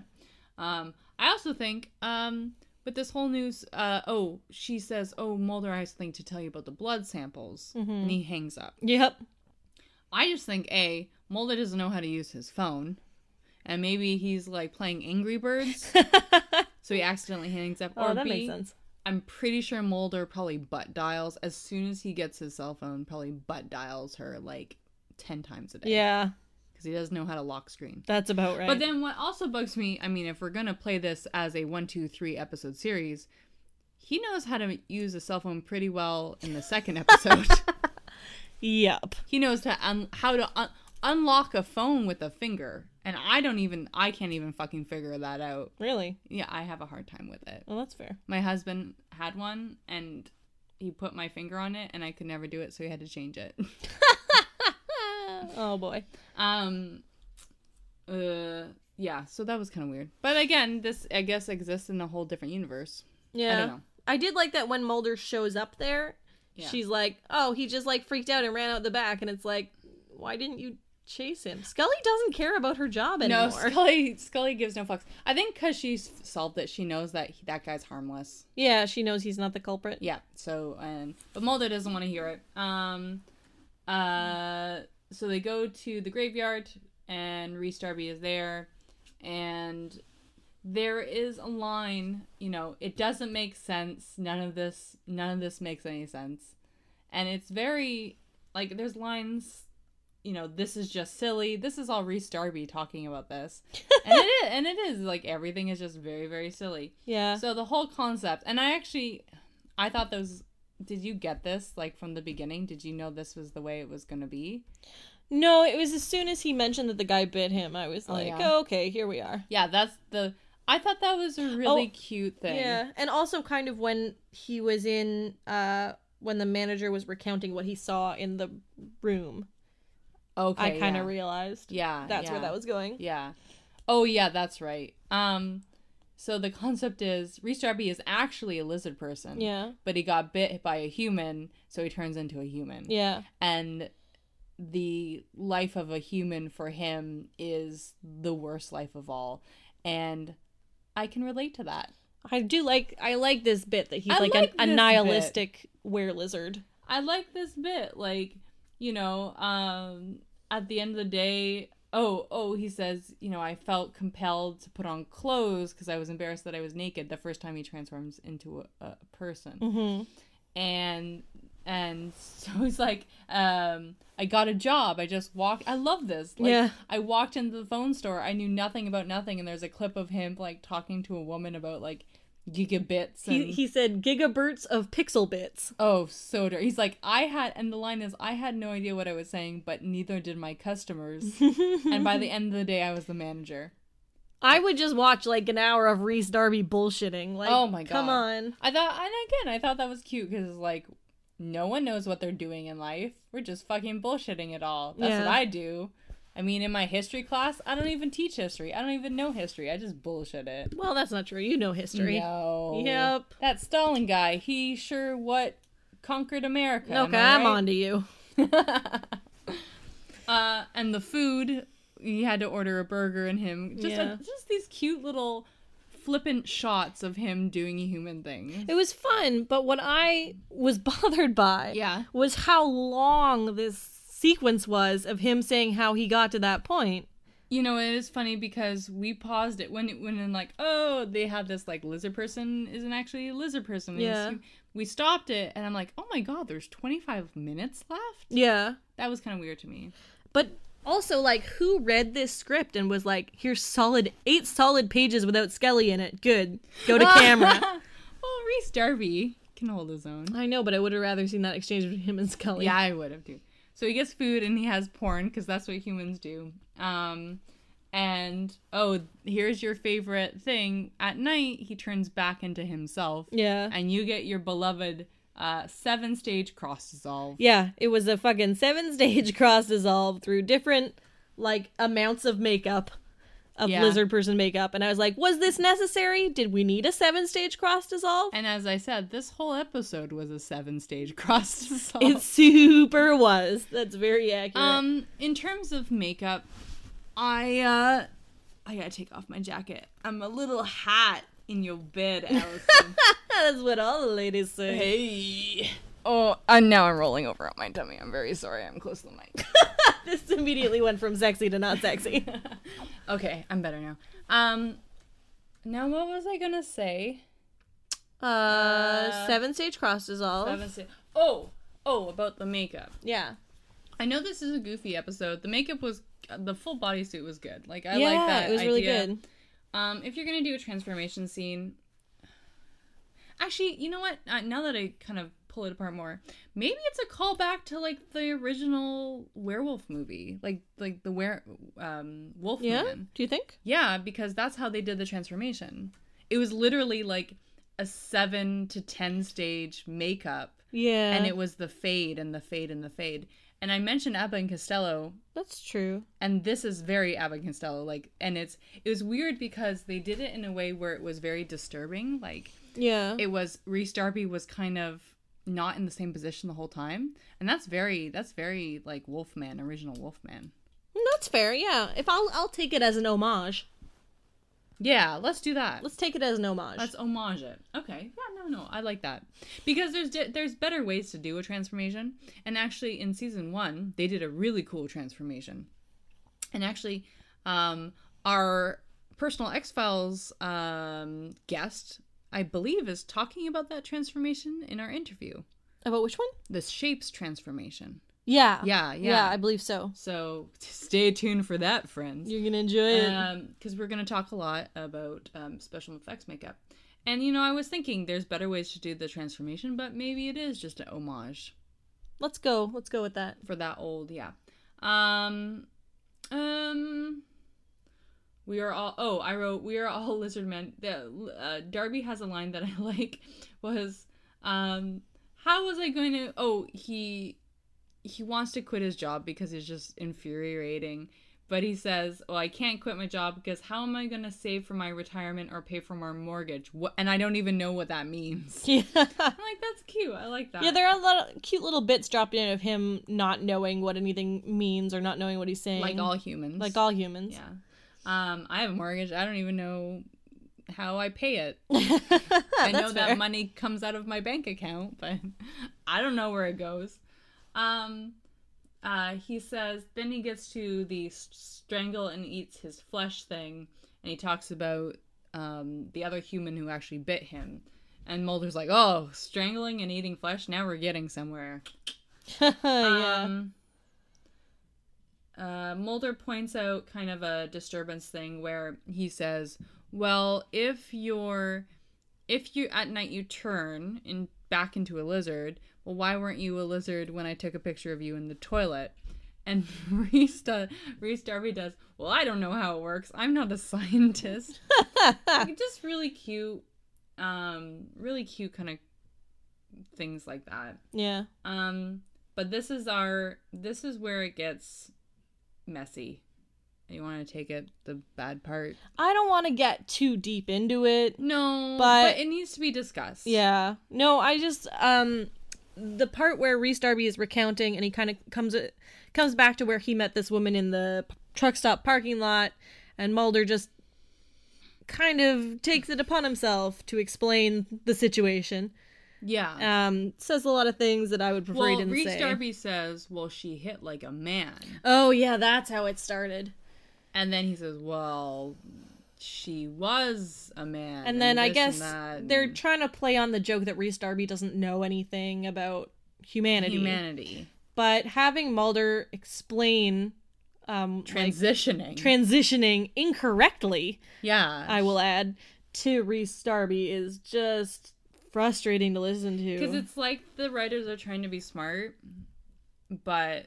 Speaker 1: Um, I also think, um, with this whole news, uh, oh, she says, oh, Mulder has something to tell you about the blood samples, and he hangs up.
Speaker 2: Yep.
Speaker 1: I just think, A, Mulder doesn't know how to use his phone, and maybe he's like playing Angry Birds, so he accidentally hangs up.
Speaker 2: oh, that
Speaker 1: B,
Speaker 2: makes sense.
Speaker 1: I'm pretty sure Mulder probably butt dials as soon as he gets his cell phone, probably butt dials her like 10 times a day.
Speaker 2: Yeah,
Speaker 1: Because he doesn't know how to lock screen.
Speaker 2: that's about right.
Speaker 1: But then what also bugs me, I mean, if we're gonna play this as a one, two, three episode series, he knows how to use a cell phone pretty well in the second episode.
Speaker 2: yep.
Speaker 1: he knows to un- how to un- unlock a phone with a finger, and I don't even, I can't even fucking figure that out.
Speaker 2: Really?
Speaker 1: Yeah, I have a hard time with it.
Speaker 2: Well, that's fair.
Speaker 1: My husband had one, and he put my finger on it, and I could never do it, so he had to change it.
Speaker 2: Oh boy.
Speaker 1: Um. Uh. Yeah. So that was kind of weird. But again, this I guess exists in a whole different universe.
Speaker 2: Yeah.
Speaker 1: I don't know.
Speaker 2: I did like that when Mulder shows up there.
Speaker 1: Yeah.
Speaker 2: She's like, "Oh, he just like freaked out and ran out the back," and it's like, "Why didn't you chase him?" Scully doesn't care about her job
Speaker 1: No,
Speaker 2: anymore.
Speaker 1: Scully. Scully gives no fucks. I think because she's solved it, she knows that he, that guy's harmless.
Speaker 2: yeah, she knows he's not the culprit.
Speaker 1: Yeah. So and but Mulder doesn't want to hear it. Um. Uh. So they go to the graveyard, and Reese Darby is there, and there is a line. You know, it doesn't make sense. None of this. None of this makes any sense, and it's very like there's lines. You know, this is just silly. This is all Reese Darby talking about this, and it is, and it is like everything is just very very silly.
Speaker 2: Yeah.
Speaker 1: So the whole concept, and I actually, I thought those. Did you get this like from the beginning? Did you know this was the way it was going to be?
Speaker 2: no, it was as soon as he mentioned that the guy bit him, I was like,
Speaker 1: yeah.
Speaker 2: oh, "Okay, here we are."
Speaker 1: Yeah, that's the. I thought that was a really
Speaker 2: Oh,
Speaker 1: cute thing.
Speaker 2: Yeah, and also kind of when he was in uh when the manager was recounting what he saw in the room,
Speaker 1: Okay.
Speaker 2: I kind
Speaker 1: yeah.
Speaker 2: of realized.
Speaker 1: Yeah.
Speaker 2: That's where
Speaker 1: yeah,
Speaker 2: that was going.
Speaker 1: Yeah. Oh yeah, that's right. Um, so the concept is Reese Darby is actually a lizard person.
Speaker 2: Yeah.
Speaker 1: But he got bit by a human, so he turns into a human.
Speaker 2: Yeah.
Speaker 1: and the life of a human for him is the worst life of all and i can relate to that
Speaker 2: I do like I like this bit that he's
Speaker 1: I
Speaker 2: like,
Speaker 1: like
Speaker 2: an, a
Speaker 1: this
Speaker 2: nihilistic were lizard.
Speaker 1: i like this bit like you know um at the end of the day oh, oh, he says, you know, I felt compelled to put on clothes because I was embarrassed that I was naked the first time he transforms into a, a person.
Speaker 2: Mm-hmm.
Speaker 1: And and so he's like, um, I got a job. I just walked. I love this. Like,
Speaker 2: Yeah.
Speaker 1: I walked into the phone store. I knew nothing about nothing. And there's a clip of him like talking to a woman about like gigabits. And,
Speaker 2: He, he said gigaberts of pixel bits.
Speaker 1: Oh, so dirty. He's like, I had, and the line is, I had no idea what I was saying, but neither did my customers. and by the end of the day, I was the manager.
Speaker 2: I would just watch like an hour of Reese Darby bullshitting. Like,
Speaker 1: oh my god!
Speaker 2: come on.
Speaker 1: I thought, and again, I thought that was cute because like, no one knows what they're doing in life. We're just fucking bullshitting it all. That's
Speaker 2: Yeah.
Speaker 1: what I do. I mean, in my history class, I don't even teach history. I don't even know history. I just bullshit it.
Speaker 2: Well, that's not true. You know history.
Speaker 1: No.
Speaker 2: Yep.
Speaker 1: That Stalin guy. He sure what conquered America. am
Speaker 2: Okay,
Speaker 1: I
Speaker 2: I'm
Speaker 1: right?
Speaker 2: on to you.
Speaker 1: Uh, and the food, he had to order a burger and him. Just a-
Speaker 2: Yeah.
Speaker 1: just these cute little flippant shots of him doing human things.
Speaker 2: It was fun, but what I was bothered by
Speaker 1: Yeah.
Speaker 2: was how long this sequence was of him saying how he got to that point.
Speaker 1: You know, it is funny because we paused it when when in like, oh, they have this like lizard person isn't actually a lizard person. We,
Speaker 2: Yeah.
Speaker 1: assume- we stopped it and I'm like, oh my god, there's 25 minutes left.
Speaker 2: Yeah.
Speaker 1: That was kind of weird to me.
Speaker 2: But also, like, who read this script and was like, here's solid, eight solid pages without Skelly in it. Good. Go to camera.
Speaker 1: well, Reese Darby can hold his own.
Speaker 2: I know, but I would have rather seen that exchange between him and Scully.
Speaker 1: Yeah, I would have too. So he gets food and he has porn because that's what humans do. Um, and oh, here's your favorite thing. At night, he turns back into himself.
Speaker 2: Yeah.
Speaker 1: And you get your beloved uh, seven stage cross dissolve.
Speaker 2: Yeah, it was a fucking seven stage cross dissolve through different like amounts of makeup of
Speaker 1: Yeah.
Speaker 2: lizard person makeup and I was like, was this necessary? Did we need a seven stage cross dissolve?
Speaker 1: And as I said, this whole episode was a seven stage cross dissolve.
Speaker 2: It super was. That's very accurate.
Speaker 1: oh. Um, in terms of makeup, I uh, I gotta take off my jacket. I'm a little hot in your bed, Allison.
Speaker 2: That's what all the ladies say.
Speaker 1: Hey. Oh, and now I'm rolling over on my tummy. I'm very sorry. I'm close to the mic.
Speaker 2: This immediately went from sexy to not sexy.
Speaker 1: okay, I'm better now. Um, now what was I gonna say?
Speaker 2: Uh, seven stage cross dissolve.
Speaker 1: Seven si- Oh, oh, about the makeup.
Speaker 2: Yeah.
Speaker 1: I know this is a goofy episode. The makeup was the full bodysuit was good. Like I
Speaker 2: yeah,
Speaker 1: like that.
Speaker 2: it was really
Speaker 1: idea.
Speaker 2: good.
Speaker 1: Um, if you're gonna do a transformation scene, actually, you know what? Uh, now that I kind of pull it apart more, maybe it's a callback to like the original werewolf movie, like like the were um Wolfman.
Speaker 2: Yeah? Do you think?
Speaker 1: Yeah, because that's how they did the transformation. It was literally like a seven to ten stage makeup,
Speaker 2: Yeah.
Speaker 1: and it was the fade and the fade and the fade. And I mentioned Abba and Costello
Speaker 2: That's true.
Speaker 1: and this is very Abbott Costello like and it's it was weird because they did it in a way where it was very disturbing like
Speaker 2: Yeah.
Speaker 1: it was Reese Darby was kind of not in the same position the whole time and that's very that's very like Wolfman original Wolfman
Speaker 2: That's fair. Yeah. If I'll I'll take it as an homage.
Speaker 1: yeah let's do that let's
Speaker 2: Let's take it as an homage.
Speaker 1: let's homage it okay yeah no no I like that because there's di- there's better ways to do a transformation and actually in season 1 they did a really cool transformation And actually, um, our personal X Files um, guest, I believe, is talking about that transformation in our interview.
Speaker 2: About which one?
Speaker 1: The shapes transformation.
Speaker 2: Yeah.
Speaker 1: Yeah, yeah.
Speaker 2: Yeah, I believe so.
Speaker 1: So stay tuned for that, friends.
Speaker 2: You're gonna enjoy it.
Speaker 1: Because Um, we're going to talk a lot about um, special effects makeup. And, you know, I was thinking there's better ways to do the transformation, but maybe it is just a homage.
Speaker 2: Let's go. Let's go with that.
Speaker 1: for that old yeah um um we are all oh i wrote we are all lizard men the uh, darby has a line that i like was um how was i going to oh he he wants to quit his job because it's just infuriating but he says well i can't quit my job because how am i going to save for my retirement or pay for my mortgage what, and i don't even know what that means
Speaker 2: Yeah.
Speaker 1: i'm like that's cute i like that
Speaker 2: yeah, there are a lot of cute little bits dropped in of him not knowing what anything means or not knowing what he's saying.
Speaker 1: like all humans
Speaker 2: like all humans.
Speaker 1: Yeah. Um, I have a mortgage. I don't even know how I pay it. I know
Speaker 2: That's fair.
Speaker 1: that money comes out of my bank account, but I don't know where it goes. Um, Uh, he says, then he gets to the s- strangle and eats his flesh thing, and he talks about um, the other human who actually bit him. And Mulder's like, oh, strangling and eating flesh? Now we're getting somewhere.
Speaker 2: yeah.
Speaker 1: Um, uh, Mulder points out kind of a disturbance thing where he says, "Well, if you're, if you at night you turn and back into a lizard, well, why weren't you a lizard when I took a picture of you in the toilet?" And Reese, do- Reese Darby does. Well, I don't know how it works. I'm not a scientist. Like, Just really cute, um, really cute kind of things like that.
Speaker 2: yeah.
Speaker 1: Um, but this is our this is where it gets messy. You want to take it the bad part?
Speaker 2: I don't want to get too deep into it.
Speaker 1: No,
Speaker 2: But-
Speaker 1: but, it needs to be discussed.
Speaker 2: Yeah. No, I just um the part where Reese Darby is recounting and he kind of comes uh, comes back to where he met this woman in the p- truck stop parking lot and Mulder just kind of takes it upon himself to explain the situation.
Speaker 1: yeah.
Speaker 2: Um says a lot of things that I would prefer he
Speaker 1: well,
Speaker 2: didn't
Speaker 1: Reese
Speaker 2: say.
Speaker 1: Darby says, "Well, she hit like a man,"
Speaker 2: Oh yeah, that's how it started.
Speaker 1: and then he says, "Well, she was a man."
Speaker 2: And then
Speaker 1: this
Speaker 2: I
Speaker 1: and
Speaker 2: guess
Speaker 1: that and
Speaker 2: they're trying to play on the joke that Reese Darby doesn't know anything about
Speaker 1: humanity
Speaker 2: but having Mulder explain um like
Speaker 1: transitioning.
Speaker 2: transitioning incorrectly,
Speaker 1: yeah,
Speaker 2: I will add, to Reese Darby is just frustrating to listen to.
Speaker 1: because it's like the writers are trying to be smart, but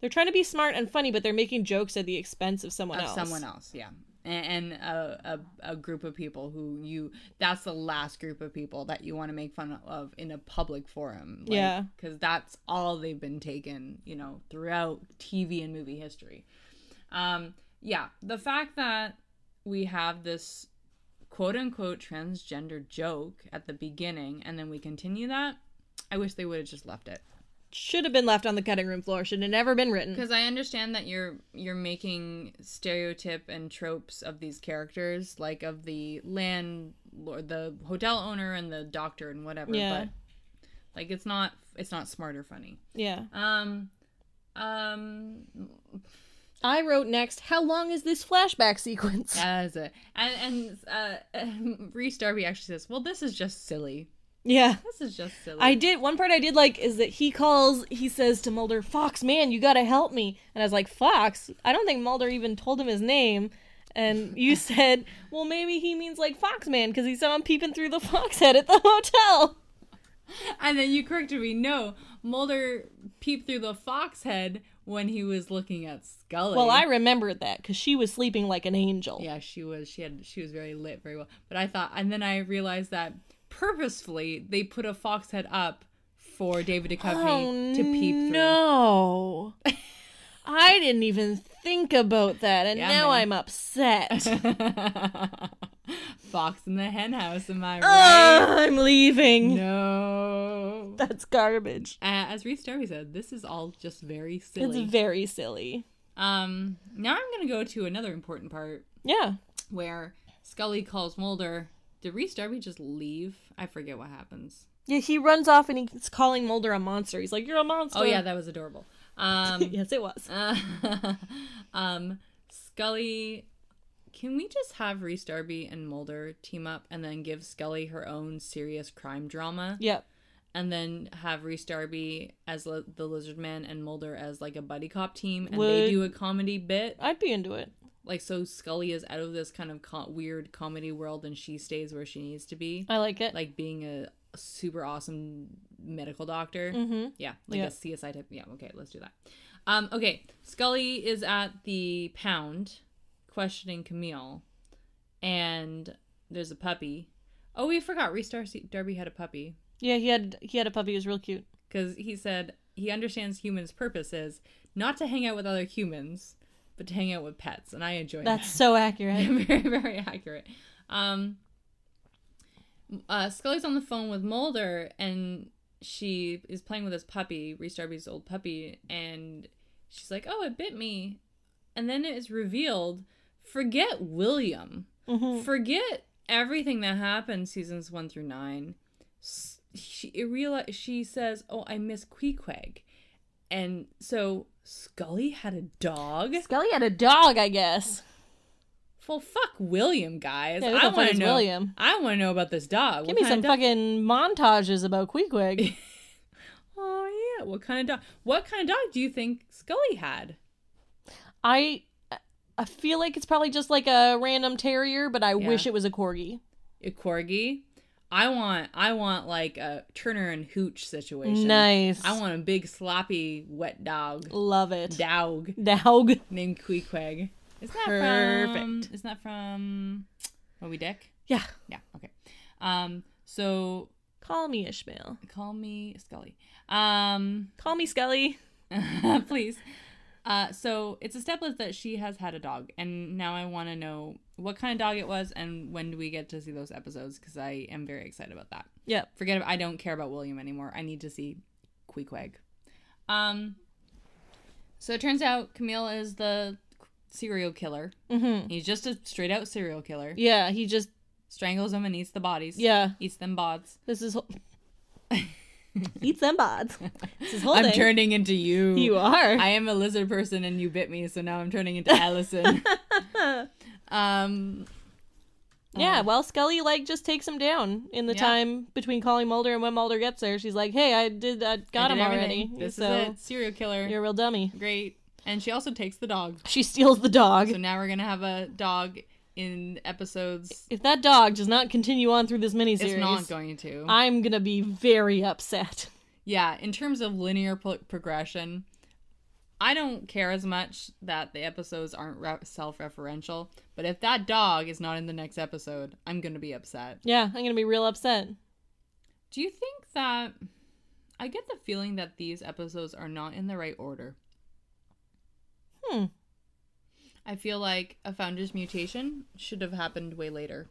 Speaker 2: they're trying to be smart and funny, but they're making jokes at the expense of someone
Speaker 1: of
Speaker 2: else.
Speaker 1: someone else yeah and, and a, a, a group of people who you that's the last group of people that you want to make fun of in a public forum
Speaker 2: Yeah.
Speaker 1: because that's all they've been taken you know throughout tv and movie history um yeah the fact that we have this quote unquote transgender joke at the beginning and then we continue that i wish they would have just left it
Speaker 2: Should have been left on the cutting room floor. Should have never been written.
Speaker 1: because I understand that you're you're making stereotype and tropes of these characters, like of the landlord, the hotel owner, and the doctor, and whatever.
Speaker 2: Yeah.
Speaker 1: But like, it's not it's not smart or funny.
Speaker 2: Yeah.
Speaker 1: Um, um,
Speaker 2: I wrote next. How long is this flashback sequence?
Speaker 1: as a and and uh, Reese Darby actually says, "Well, this is just silly.
Speaker 2: yeah.
Speaker 1: This is just silly."
Speaker 2: I did one part I did like is that he calls he says to Mulder, Fox, man, you gotta help me and I was like, Fox? I don't think Mulder even told him his name and you said, Well maybe he means like Fox Man because he saw him peeping through the fox head at the hotel.
Speaker 1: and then you corrected me. No, Mulder peeped through the fox head when he was looking at Scully.
Speaker 2: Well, I remembered that because she was sleeping like an angel.
Speaker 1: Yeah, she was. She had. She was very lit, very well. But I thought, and then I realized that purposefully they put a fox head up for David Duchovny
Speaker 2: Oh,
Speaker 1: to peep through.
Speaker 2: No. I didn't even think about that and
Speaker 1: Yeah,
Speaker 2: now
Speaker 1: man.
Speaker 2: I'm upset.
Speaker 1: fox in the hen house. Am I right?
Speaker 2: Ugh, I'm leaving.
Speaker 1: No. Uh,
Speaker 2: That's garbage.
Speaker 1: as Reese Darby said, this is all just very silly.
Speaker 2: It's very silly.
Speaker 1: um. Now I'm gonna go to another important part
Speaker 2: Yeah.
Speaker 1: where Scully calls Mulder. Did Reese Darby just leave? I forget what happens.
Speaker 2: Yeah, he runs off and he's calling Mulder a monster. He's like, "You're a monster."
Speaker 1: Oh yeah, that was adorable. Um.
Speaker 2: yes, it was.
Speaker 1: Uh, um, Scully, can we just have Reese Darby and Mulder team up and then give Scully her own serious crime drama?
Speaker 2: Yep.
Speaker 1: And then have Reese Darby as li- the Lizard Man and Mulder as like a buddy cop team and
Speaker 2: Would-
Speaker 1: they do a comedy bit?
Speaker 2: I'd be into it.
Speaker 1: Like, so Scully is out of this kind of co- weird comedy world and she stays where she needs to be.
Speaker 2: I like it.
Speaker 1: Like being a super awesome medical doctor.
Speaker 2: mm-hmm.
Speaker 1: Yeah, like
Speaker 2: Yeah.
Speaker 1: a CSI type. Yeah, okay, let's do that. Um, okay, Scully is at the pound questioning Camille, and there's a puppy. Oh, we forgot Reese Dar- Darby had a puppy
Speaker 2: Yeah, he had he had a puppy. He was real cute.
Speaker 1: because he said he understands humans' purpose is not to hang out with other humans, but to hang out with pets, and I enjoy
Speaker 2: That's
Speaker 1: that.
Speaker 2: so accurate.
Speaker 1: very, very accurate. Um, uh, Scully's on the phone with Mulder, and she is playing with his puppy, Reese Darby's old puppy, and she's like, "Oh, it bit me," and then it is revealed. Forget William.
Speaker 2: Mhm.
Speaker 1: Forget everything that happened seasons one through nine. S- She it reali- she says, "Oh, I miss Queequeg," and so Scully had a dog?
Speaker 2: Scully had a dog, I guess.
Speaker 1: Well, fuck William, guys.
Speaker 2: Yeah, who the
Speaker 1: I
Speaker 2: fuck
Speaker 1: want
Speaker 2: is
Speaker 1: to know.
Speaker 2: William?
Speaker 1: I want to know about this dog.
Speaker 2: Give
Speaker 1: What
Speaker 2: me
Speaker 1: kind
Speaker 2: some
Speaker 1: of dog-
Speaker 2: fucking montages about Queequeg.
Speaker 1: Oh yeah, what kind of dog? What kind of dog do you think Scully had?
Speaker 2: I I feel like it's probably just like a random terrier, but I wish it was a corgi.
Speaker 1: A corgi. I want. I want like a Turner and Hooch situation.
Speaker 2: Nice.
Speaker 1: I want a big sloppy wet dog.
Speaker 2: Love it.
Speaker 1: Dog
Speaker 2: Dog.
Speaker 1: named Queequeg. Isn't that from?
Speaker 2: Perfect.
Speaker 1: Isn't that from? Moby Dick?
Speaker 2: Yeah.
Speaker 1: Yeah. Okay. Um. So
Speaker 2: Call me Ishmael.
Speaker 1: call me Scully. Um.
Speaker 2: Call me Scully.
Speaker 1: please. Uh, so it's established that she has had a dog, and now I want to know what kind of dog it was, and when do we get to see those episodes? Because I am very excited about that.
Speaker 2: Yep.
Speaker 1: Forget I don't care about William anymore. I need to see Queequeg. Um. So it turns out Camille is the serial killer.
Speaker 2: Mm-hmm.
Speaker 1: He's just a straight out serial killer.
Speaker 2: Yeah, he just
Speaker 1: Strangles them and eats the bodies.
Speaker 2: yeah.
Speaker 1: Eats them bods.
Speaker 2: This is eat them bods. This is whole
Speaker 1: I'm
Speaker 2: thing.
Speaker 1: turning into you.
Speaker 2: You are.
Speaker 1: I am a lizard person and you bit me, so now I'm turning into Allison. um,
Speaker 2: yeah. Well, Scully like just takes him down in the
Speaker 1: Yeah.
Speaker 2: time between calling Mulder and when Mulder gets there. She's like, "Hey, I did. I
Speaker 1: I
Speaker 2: got
Speaker 1: did
Speaker 2: him
Speaker 1: everything.
Speaker 2: already.
Speaker 1: This
Speaker 2: so
Speaker 1: is it. Serial killer.
Speaker 2: you're a real dummy."
Speaker 1: Great. And she also takes the dog.
Speaker 2: She steals the dog.
Speaker 1: So now we're going to have a dog in episodes.
Speaker 2: if that dog does not continue on through this miniseries,
Speaker 1: It's not going to.
Speaker 2: I'm gonna be very upset.
Speaker 1: yeah, in terms of linear pro- progression, I don't care as much that the episodes aren't re- self referential, but if that dog is not in the next episode, I'm going to be upset.
Speaker 2: Yeah, I'm gonna be real upset.
Speaker 1: Do you think that I get the feeling that these episodes are not in the right order?
Speaker 2: Hmm.
Speaker 1: I feel like a founder's mutation should have happened way later.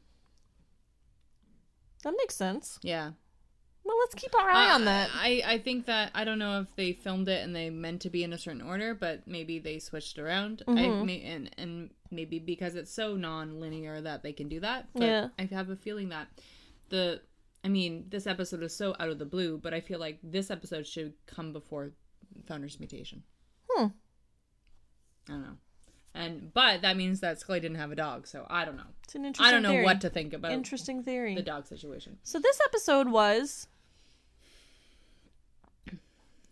Speaker 2: That makes sense.
Speaker 1: Yeah.
Speaker 2: Well, let's keep our eye on that.
Speaker 1: Uh, I, I think that I don't know if they filmed it and they meant to be in a certain order, but maybe they switched around. I
Speaker 2: Mhm.
Speaker 1: may, and and maybe because it's so non-linear that they can do that. But
Speaker 2: Yeah.
Speaker 1: I have a feeling that the I mean, this episode is so out of the blue, but I feel like this episode should come before Founder's Mutation.
Speaker 2: Hmm.
Speaker 1: I don't know. And but that means that Scully didn't have a dog, so I don't know.
Speaker 2: It's an interesting.
Speaker 1: I don't know
Speaker 2: theory.
Speaker 1: what to think about
Speaker 2: Interesting theory.
Speaker 1: the dog situation.
Speaker 2: So this episode was.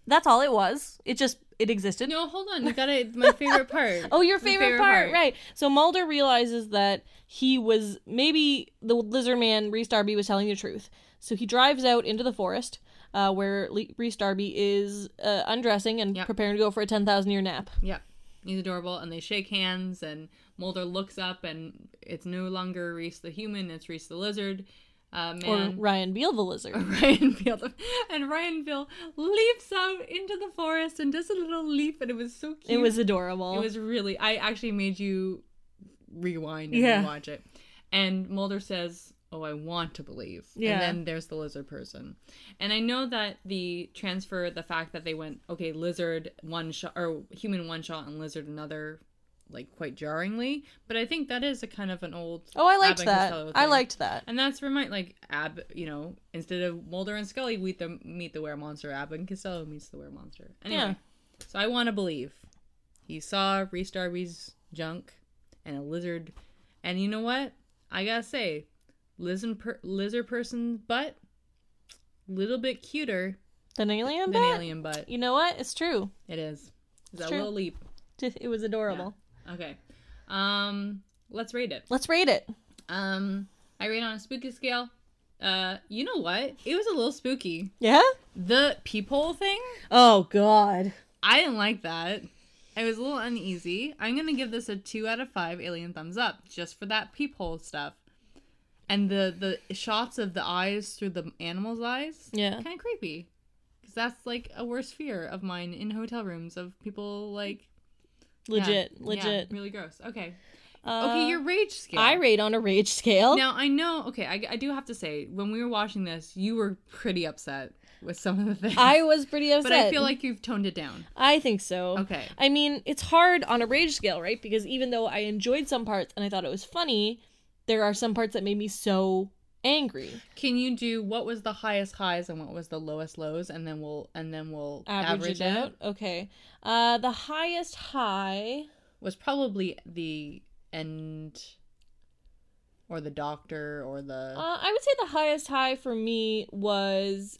Speaker 2: That's all it was. It just it existed.
Speaker 1: No, hold on. You got it. My favorite part.
Speaker 2: Oh, your
Speaker 1: My
Speaker 2: favorite, part, right? So Mulder realizes that he was maybe the lizard man Reese Darby was telling the truth. So he drives out into the forest uh, where Le- Reese Darby is uh, undressing and
Speaker 1: Yep.
Speaker 2: preparing to go for a ten thousand year nap.
Speaker 1: Yeah. He's adorable, and they shake hands, and Mulder looks up, and it's no longer Reese the human; it's Reese the lizard. Uh,
Speaker 2: Or
Speaker 1: man,
Speaker 2: Ryan Beal the lizard.
Speaker 1: Ryan Field, and Ryan Bill leaps out into the forest and does a little leap, and it was so
Speaker 2: It
Speaker 1: cute.
Speaker 2: was adorable.
Speaker 1: It was really. I actually made you rewind and
Speaker 2: Yeah.
Speaker 1: watch it. And Mulder says, "Oh, I want to believe."
Speaker 2: Yeah.
Speaker 1: And then there's the lizard person. And I know that the transfer, the fact that they went okay, lizard one shot or human one shot and lizard another, like quite jarringly. But I think that is a kind of an old.
Speaker 2: oh, I liked
Speaker 1: Abbott and Costello
Speaker 2: that. I
Speaker 1: thing.
Speaker 2: liked that.
Speaker 1: And that's remind like Ab, you know, instead of Mulder and Scully, we the meet the were monster. Ab and Costello meets the were monster. Anyway,
Speaker 2: Yeah.
Speaker 1: so I want to believe he saw Reese Darby's junk and a lizard, and you know what? I gotta say, lizard per- lizard person's butt, little bit cuter
Speaker 2: An alien,
Speaker 1: than
Speaker 2: bat?
Speaker 1: alien butt.
Speaker 2: You know what? It's true.
Speaker 1: It is. It's a
Speaker 2: true.
Speaker 1: little leap.
Speaker 2: It was adorable.
Speaker 1: Okay, um, let's rate it.
Speaker 2: Let's rate it.
Speaker 1: Um, I rate on a spooky scale. Uh, you know what? It was a little spooky.
Speaker 2: Yeah?
Speaker 1: The peephole thing,
Speaker 2: Oh god.
Speaker 1: I didn't like that. I was a little uneasy. I'm gonna give this a two out of five alien thumbs up just for that peephole stuff. And the the shots of the eyes through the animal's eyes,
Speaker 2: Yeah.
Speaker 1: kind of creepy, because that's like a worse fear of mine in hotel rooms of people like yeah,
Speaker 2: Legit.
Speaker 1: yeah,
Speaker 2: legit.
Speaker 1: really gross. Okay,
Speaker 2: Uh,
Speaker 1: okay, your rage scale.
Speaker 2: I rate on a rage scale.
Speaker 1: Now I know. Okay, I, I do have to say, when we were watching this, you were pretty upset with some of the things.
Speaker 2: I was pretty upset.
Speaker 1: but I feel like you've toned it down.
Speaker 2: I think so.
Speaker 1: Okay.
Speaker 2: I mean, it's hard on a rage scale, right? Because even though I enjoyed some parts and I thought it was funny, there are some parts that made me so angry.
Speaker 1: Can you do what was the highest highs and what was the lowest lows, and then we'll and then we'll
Speaker 2: Average, it out. Okay. Uh, the highest high.
Speaker 1: Was probably the end, or the doctor, or the
Speaker 2: Uh, I would say the highest high for me was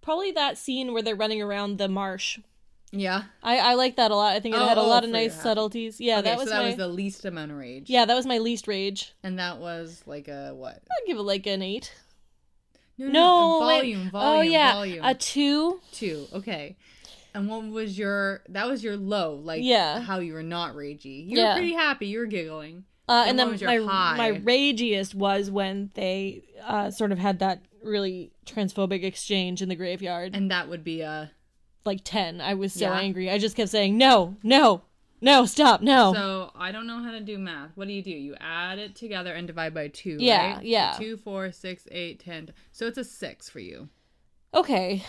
Speaker 2: probably that scene where they're running around the marsh.
Speaker 1: yeah.
Speaker 2: I, I like that a lot. I think it
Speaker 1: Oh,
Speaker 2: had a
Speaker 1: oh,
Speaker 2: lot of
Speaker 1: for your
Speaker 2: nice
Speaker 1: happy.
Speaker 2: subtleties. Yeah,
Speaker 1: okay,
Speaker 2: that was
Speaker 1: so that
Speaker 2: my
Speaker 1: was the least amount of rage.
Speaker 2: yeah that was my least rage.
Speaker 1: and that was like a what?
Speaker 2: I'd give it like an eight.
Speaker 1: no,
Speaker 2: No,
Speaker 1: a Mm,
Speaker 2: wait.
Speaker 1: volume, volume,
Speaker 2: oh yeah,
Speaker 1: volume.
Speaker 2: a two.
Speaker 1: two. Okay. And what was your that was your low, like
Speaker 2: Yeah.
Speaker 1: how you were not ragey. You
Speaker 2: Yeah.
Speaker 1: were pretty happy, you were giggling.
Speaker 2: Uh,
Speaker 1: And
Speaker 2: and
Speaker 1: what
Speaker 2: then
Speaker 1: was your
Speaker 2: my
Speaker 1: high?
Speaker 2: my ragiest was when they uh, sort of had that really transphobic exchange in the graveyard.
Speaker 1: And that would be a
Speaker 2: like ten, I was so
Speaker 1: Yeah.
Speaker 2: angry. I just kept saying no, no, no, stop, no.
Speaker 1: so I don't know how to do math. What do you do? You add it together and divide by two,
Speaker 2: Yeah,
Speaker 1: right?
Speaker 2: yeah.
Speaker 1: Two, four, six, eight, ten. So it's a six for you.
Speaker 2: okay,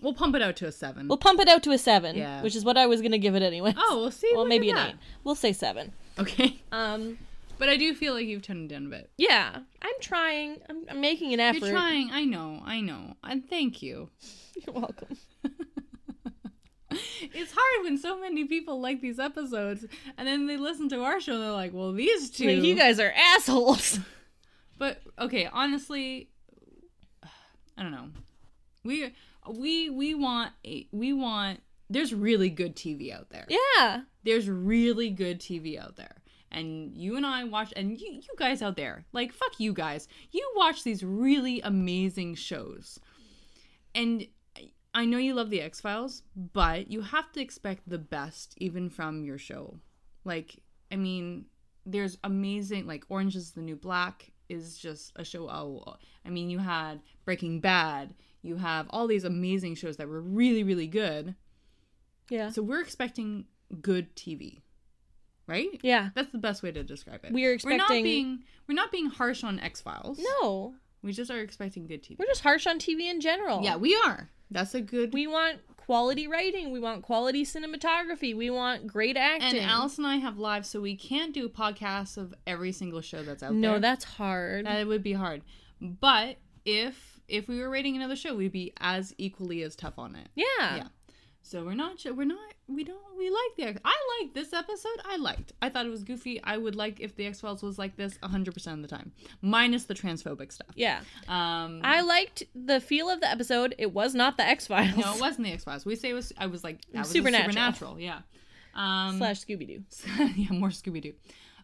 Speaker 1: We'll pump it out to a seven.
Speaker 2: we'll pump it out to a seven,
Speaker 1: Yeah.
Speaker 2: which is what I was gonna give it anyway.
Speaker 1: oh, we'll see.
Speaker 2: well,
Speaker 1: Look
Speaker 2: maybe
Speaker 1: at
Speaker 2: an
Speaker 1: that.
Speaker 2: eight. We'll say seven.
Speaker 1: Okay.
Speaker 2: Um,
Speaker 1: But I do feel like you've toned it down a bit.
Speaker 2: yeah, I'm trying. I'm, I'm making an effort.
Speaker 1: You're trying. I know. I know. And thank you.
Speaker 2: You're welcome.
Speaker 1: It's hard when so many people like these episodes and then they listen to our show and they're like, well, these two.
Speaker 2: Like, you guys are assholes.
Speaker 1: But okay, honestly, I don't know. We we we want a, we want there's really good TV out there.
Speaker 2: yeah.
Speaker 1: There's really good TV out there. And you and I watch and you you guys out there, like fuck you guys. You watch these really amazing shows. And I- I know you love the X-Files, but you have to expect the best even from your show. Like, I mean, there's amazing like Orange is the New Black is just a show. Oh, I mean, you had Breaking Bad, you have all these amazing shows that were really really good.
Speaker 2: Yeah.
Speaker 1: So we're expecting good TV, right?
Speaker 2: yeah.
Speaker 1: That's the best way to describe it.
Speaker 2: We're
Speaker 1: we're not
Speaker 2: expecting-
Speaker 1: being we're not being harsh on X Files.
Speaker 2: No,
Speaker 1: we just are expecting good TV.
Speaker 2: we're just harsh on TV in general.
Speaker 1: Yeah, we are. That's a good.
Speaker 2: We want quality writing. We want quality cinematography. We want great
Speaker 1: and
Speaker 2: acting.
Speaker 1: Alice and I have lives, so we can't do podcasts of every single show that's out there. Uh,
Speaker 2: no, that's hard.
Speaker 1: That would be hard. But if if we were rating another show, we'd be as equally as tough on it.
Speaker 2: yeah.
Speaker 1: Yeah. So we're not sure. We're not. We don't. We like the. X- I like this episode. I liked. I thought it was goofy. I would like if the X Files was like this 100 percent of the time, minus the transphobic stuff.
Speaker 2: Yeah.
Speaker 1: Um.
Speaker 2: I liked the feel of the episode. It was not the X Files
Speaker 1: no, it wasn't the X Files. We say it was. I was like that was a
Speaker 2: Supernatural.
Speaker 1: supernatural. Yeah. Um.
Speaker 2: slash Scooby Doo.
Speaker 1: yeah. More Scooby Doo.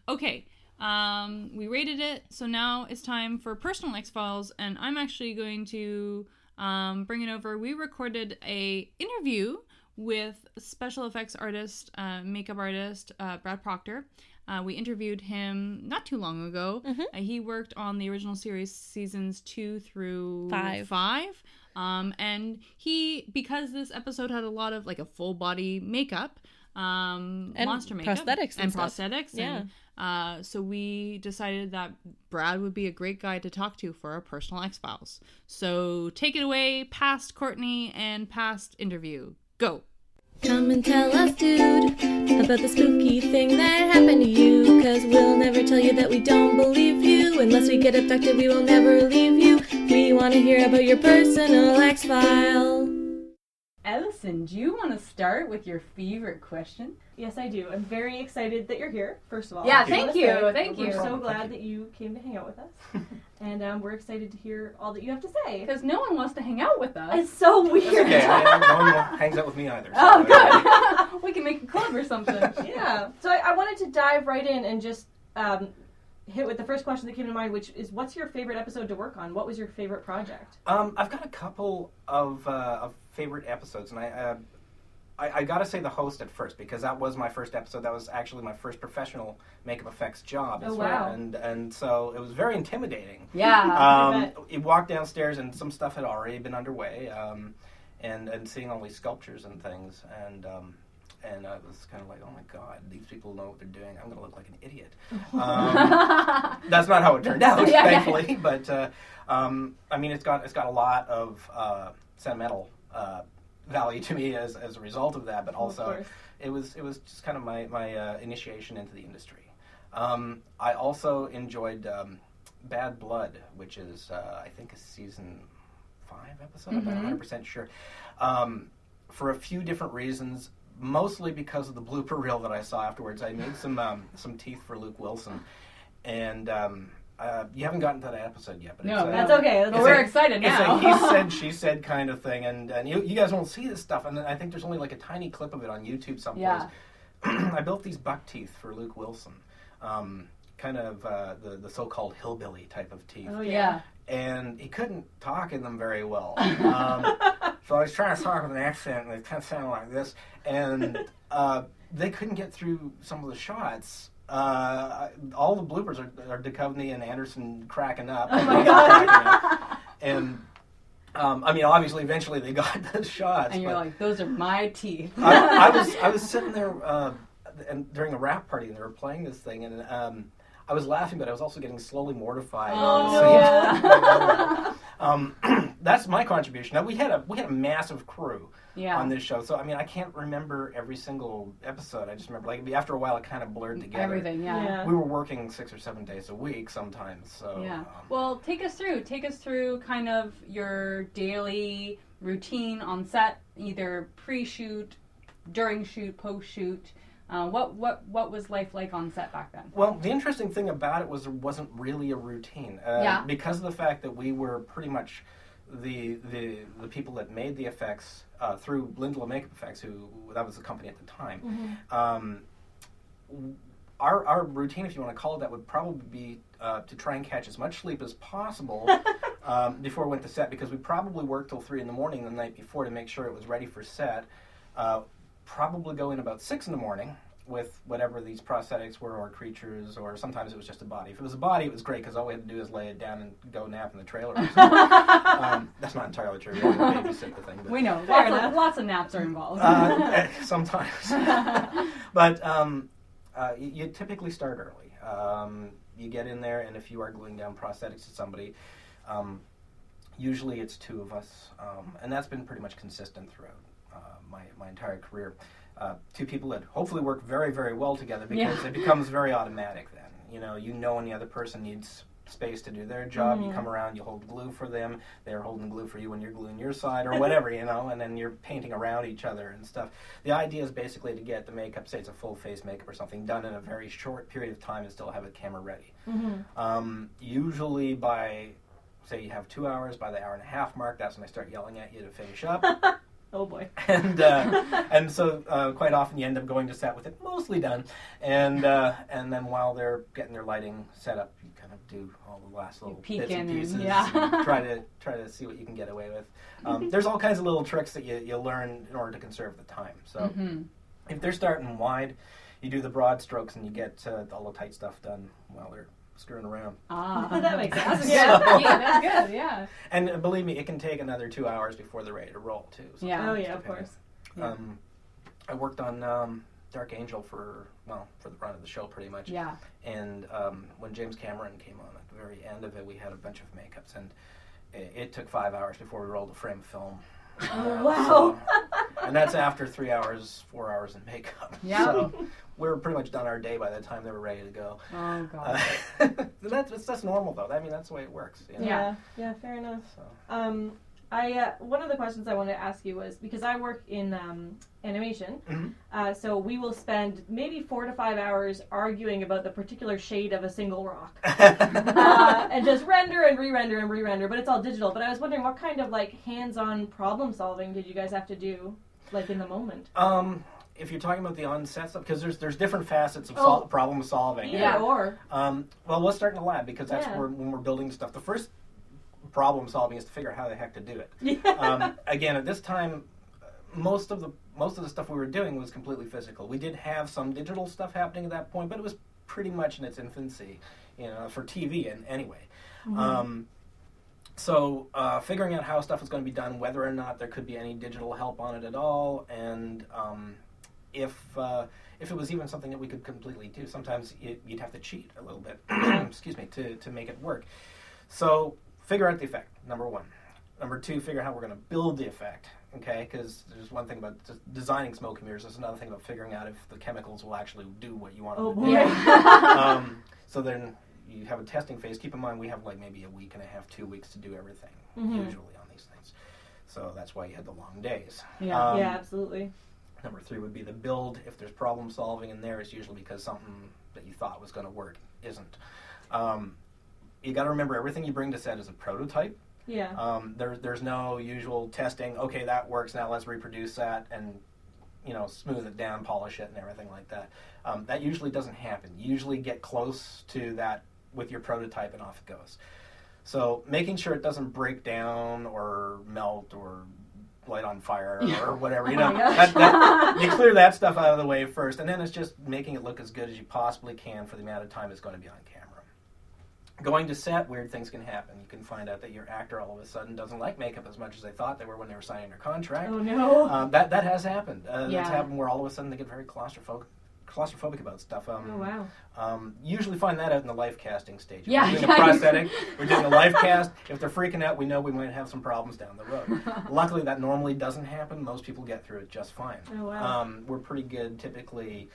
Speaker 1: Okay. Um. We rated it. So now it's time for personal X Files, and I'm actually going to um bring it over. We recorded a interview with special effects artist, uh, makeup artist uh, Brad Proctor. Uh, we interviewed him not too long ago. Uh, he worked on the original series seasons two through
Speaker 2: Five.
Speaker 1: five. Um, and he, because this episode had a lot of like a full body makeup, um,
Speaker 2: And
Speaker 1: monster makeup,
Speaker 2: prosthetics and
Speaker 1: and
Speaker 2: stuff.
Speaker 1: prosthetics, and uh, so we decided that Brad would be a great guy to talk to for our personal X Files. So take it away, past Courtney and past interview. Go.
Speaker 3: Come and tell us, dude, about the spooky thing that happened to you. Cause we'll never tell you that we don't believe you. Unless we get abducted, we will never leave you. We want to hear about your personal X file.
Speaker 1: Allison, do you want to start with your favorite question?
Speaker 4: Yes, I do. I'm very excited that you're here, first of all.
Speaker 1: Yeah,
Speaker 4: I just
Speaker 1: thank
Speaker 4: wanna
Speaker 1: you,
Speaker 4: say
Speaker 1: thank
Speaker 4: We're
Speaker 1: you.
Speaker 4: so glad that you came to hang out with us. and um, we're excited to hear all that you have to say.
Speaker 1: Because no one wants to hang out with us.
Speaker 4: It's so weird.
Speaker 5: Okay, I, no one hangs out with me either. oh, good.
Speaker 1: we can make a club or something.
Speaker 4: yeah. So I, I wanted to dive right in and just um, hit with the first question that came to mind, which is what's your favorite episode to work on? What was your favorite project?
Speaker 5: Um, I've got a couple of, uh, of favorite episodes, and I, uh, I I gotta say the host at first because that was my first episode. That was actually my first professional makeup effects job.
Speaker 4: Oh,
Speaker 5: as
Speaker 4: wow.
Speaker 5: well. And and so it was very intimidating.
Speaker 1: Yeah.
Speaker 5: Um,
Speaker 4: bet.
Speaker 5: it walked downstairs, and some stuff had already been underway. Um, and and seeing all these sculptures and things, and um, and I was kind of like, oh my god, these people know what they're doing. I'm gonna look like an idiot. Um, that's not how it turned out, thankfully. But uh, um, I mean, it's got it's got a lot of uh, sentimental uh, value to me as, as a result of that. But also,
Speaker 4: course.
Speaker 5: it was it was just kind of my my uh, initiation into the industry. Um, I also enjoyed um, Bad Blood, which is uh, I think a season five episode. I'm not 100 percent sure. Um, for a few different reasons, mostly because of the blooper reel that I saw afterwards. I made some um, some teeth for Luke Wilson, and um, uh, you haven't gotten to that episode yet. But
Speaker 1: No,
Speaker 5: it's, uh,
Speaker 4: That's okay.
Speaker 1: But
Speaker 4: That's
Speaker 5: It's
Speaker 1: we're
Speaker 5: a-
Speaker 1: excited
Speaker 5: it's
Speaker 1: now.
Speaker 5: a he said, she said kind of thing, and, and you, you guys won't see this stuff. And I think there's only like a tiny clip of it on YouTube someplace. I built these buck teeth for Luke Wilson, um, kind of uh, the the so-called hillbilly type of teeth,
Speaker 4: Oh,
Speaker 1: yeah.
Speaker 5: and he couldn't talk in them very well. Um, so I was trying to talk with an accent, and it kind of sounded like this, and uh, they couldn't get through some of the shots. Uh, all the bloopers are, are Duchovny and Anderson cracking up. Oh my god! and um, I mean, obviously, eventually they got the shots.
Speaker 1: And you're
Speaker 5: but-
Speaker 1: like, those are my teeth.
Speaker 5: I, I was I was sitting there uh, and during a rap party and they were playing this thing and um, I was laughing but I was also getting slowly mortified. at
Speaker 1: Oh,
Speaker 5: the same time. um, that's my contribution. Now we had a we had a massive crew
Speaker 1: Yeah.
Speaker 5: on this show, so I mean I can't remember every single episode. I just remember like after a while it kind of blurred together.
Speaker 1: Everything, yeah. yeah.
Speaker 5: We were working six or seven days a week sometimes, so um,
Speaker 1: Well, take us through. Take us through kind of your daily routine on set, either pre-shoot, during shoot, post-shoot. Uh, what what what was life like on set back then?
Speaker 5: Well, the interesting thing about it was there wasn't really a routine. Uh,
Speaker 1: Yeah.
Speaker 5: Because of the fact that we were pretty much the the the people that made the effects uh, through Lindla Makeup Effects, who that was the company at the time.
Speaker 1: Mm-hmm.
Speaker 5: Um, w- our, our routine, if you want to call it that, would probably be uh, to try and catch as much sleep as possible um, before we went to set because we probably worked till 3 in the morning the night before to make sure it was ready for set. Uh, probably go in about 6 in the morning with whatever these prosthetics were or creatures or sometimes it was just a body. If it was a body, it was great because all we had to do is lay it down and go nap in the trailer. Or something. um, that's not entirely true. We had to babysit the thing. but-
Speaker 1: We know lots
Speaker 4: Fair
Speaker 1: of,
Speaker 4: enough.
Speaker 1: lots of naps are involved.
Speaker 5: uh, eh, sometimes. but um, uh, y- you typically start early. Um, you get in there, and if you are gluing down prosthetics to somebody, um, usually it's two of us, um, and that's been pretty much consistent throughout uh, my my entire career. Uh, two people that hopefully work very very well together because it becomes very automatic. Then you know you know when the other person needs space to do their job. You come around, you hold glue for them. They're holding glue for you when you're gluing your side or whatever you know, and then you're painting around each other and stuff. The idea is basically to get the makeup, say it's a full face makeup or something, done in a very short period of time and still have a camera ready. Um, usually by say you have two hours by the hour and a half mark that's when i start yelling at you to finish up
Speaker 4: Oh boy.
Speaker 5: and uh, and so uh, quite often you end up going to set with it mostly done and uh, and then while they're getting their lighting set up you kind of do all the last little
Speaker 1: peek
Speaker 5: bits and
Speaker 1: in and-
Speaker 5: pieces
Speaker 1: yeah. Mm-hmm.
Speaker 5: and try to try to see what you can get away with um, there's all kinds of little tricks that you, you learn in order to conserve the time so
Speaker 1: Mm-hmm.
Speaker 5: if they're starting wide you do the broad strokes and you get uh, all the tight stuff done while they're screwing around
Speaker 1: ah,
Speaker 4: that makes sense.
Speaker 1: yeah, yeah, that's good. Yeah,
Speaker 5: And uh, believe me, it can take another two hours before they're ready to roll too. So,
Speaker 1: yeah.
Speaker 4: Oh yeah, of course.
Speaker 5: Um, I worked on um, Dark Angel for well for the run of the show pretty much.
Speaker 1: Yeah.
Speaker 5: And um, when James Cameron came on at the very end of it, we had a bunch of makeups, and it, it took five hours before we rolled a frame of film.
Speaker 1: Oh,
Speaker 5: Uh,
Speaker 4: wow.
Speaker 5: so- and that's after three hours, four hours in makeup.
Speaker 1: Yeah.
Speaker 5: So we were pretty much done our day by the time they were ready to go.
Speaker 1: Oh god.
Speaker 5: Uh, that's, that's that's normal though. I mean, that's the way it works. You know?
Speaker 4: Yeah. Yeah. Fair enough.
Speaker 5: So.
Speaker 4: Um, I uh, one of the questions I wanted to ask you was because I work in um, animation,
Speaker 5: Mhm.
Speaker 4: uh, so we will spend maybe four to five hours arguing about the particular shade of a single rock, uh, and just render and re-render and re-render. But it's all digital. But I was wondering what kind of like hands-on problem solving did you guys have to do, like in the moment?
Speaker 5: Um, if you're talking about the onset stuff, because there's there's different facets of
Speaker 4: Oh.
Speaker 5: sol- problem solving.
Speaker 1: Yeah.
Speaker 4: Or
Speaker 5: Um, well, let's start in the lab because that's
Speaker 4: Yeah.
Speaker 5: where when we're building stuff. The first problem solving is to figure out how the heck to do it. Um, again, at this time, uh, most of the most of the stuff we were doing was completely physical. We did have some digital stuff happening at that point, but it was pretty much in its infancy, you know, for TV and anyway.
Speaker 4: Mm-hmm.
Speaker 5: Um, so uh, figuring out how stuff was going to be done, whether or not there could be any digital help on it at all, and um, if uh, if it was even something that we could completely do, sometimes you, you'd have to cheat a little bit, excuse me, to, to make it work. So figure out the effect. Number one. Number two, figure out how we're going to build the effect. Okay, because there's one thing about just designing smoke and mirrors. There's another thing about figuring out if the chemicals will actually do what you want
Speaker 4: oh
Speaker 5: them
Speaker 4: boy,
Speaker 5: to do. um, so then you have a testing phase. Keep in mind, we have like maybe a week and a half, two weeks to do everything usually on these things. So that's why you had the long days.
Speaker 1: Yeah.
Speaker 5: Um,
Speaker 4: yeah, absolutely.
Speaker 5: Number three would be the build. If there's problem solving in there, it's usually because something that you thought was going to work isn't. Um, you got to remember everything you bring to set is a prototype.
Speaker 4: Yeah.
Speaker 5: Um, there, there's no usual testing. Okay, that works. Now let's reproduce that and you know smooth it down, polish it, and everything like that. Um, that usually doesn't happen. You usually get close to that with your prototype, and off it goes. So making sure it doesn't break down or melt or light on fire or whatever you know that, that- you clear that stuff out of the way first and then it's just making it look as good as you possibly can for the amount of time it's going to be on camera going to set, weird things can happen. You can find out that your actor all of a sudden doesn't like makeup as much as they thought they were when they were signing their contract.
Speaker 4: oh no.
Speaker 5: Um, that that has happened. Uh,
Speaker 1: Yeah.
Speaker 5: That's happened where all of a sudden they get very claustrophobic, claustrophobic about stuff. Um,
Speaker 4: oh wow.
Speaker 5: um, usually find that out in the life casting stage. If
Speaker 1: Yeah,
Speaker 5: we're doing
Speaker 1: yeah,
Speaker 5: a
Speaker 1: you-
Speaker 5: prosthetic. we're doing a life cast. If they're freaking out, we know we might have some problems down the road. Luckily, that normally doesn't happen. Most people get through it just fine.
Speaker 4: Oh, wow.
Speaker 5: um, we're pretty good typically.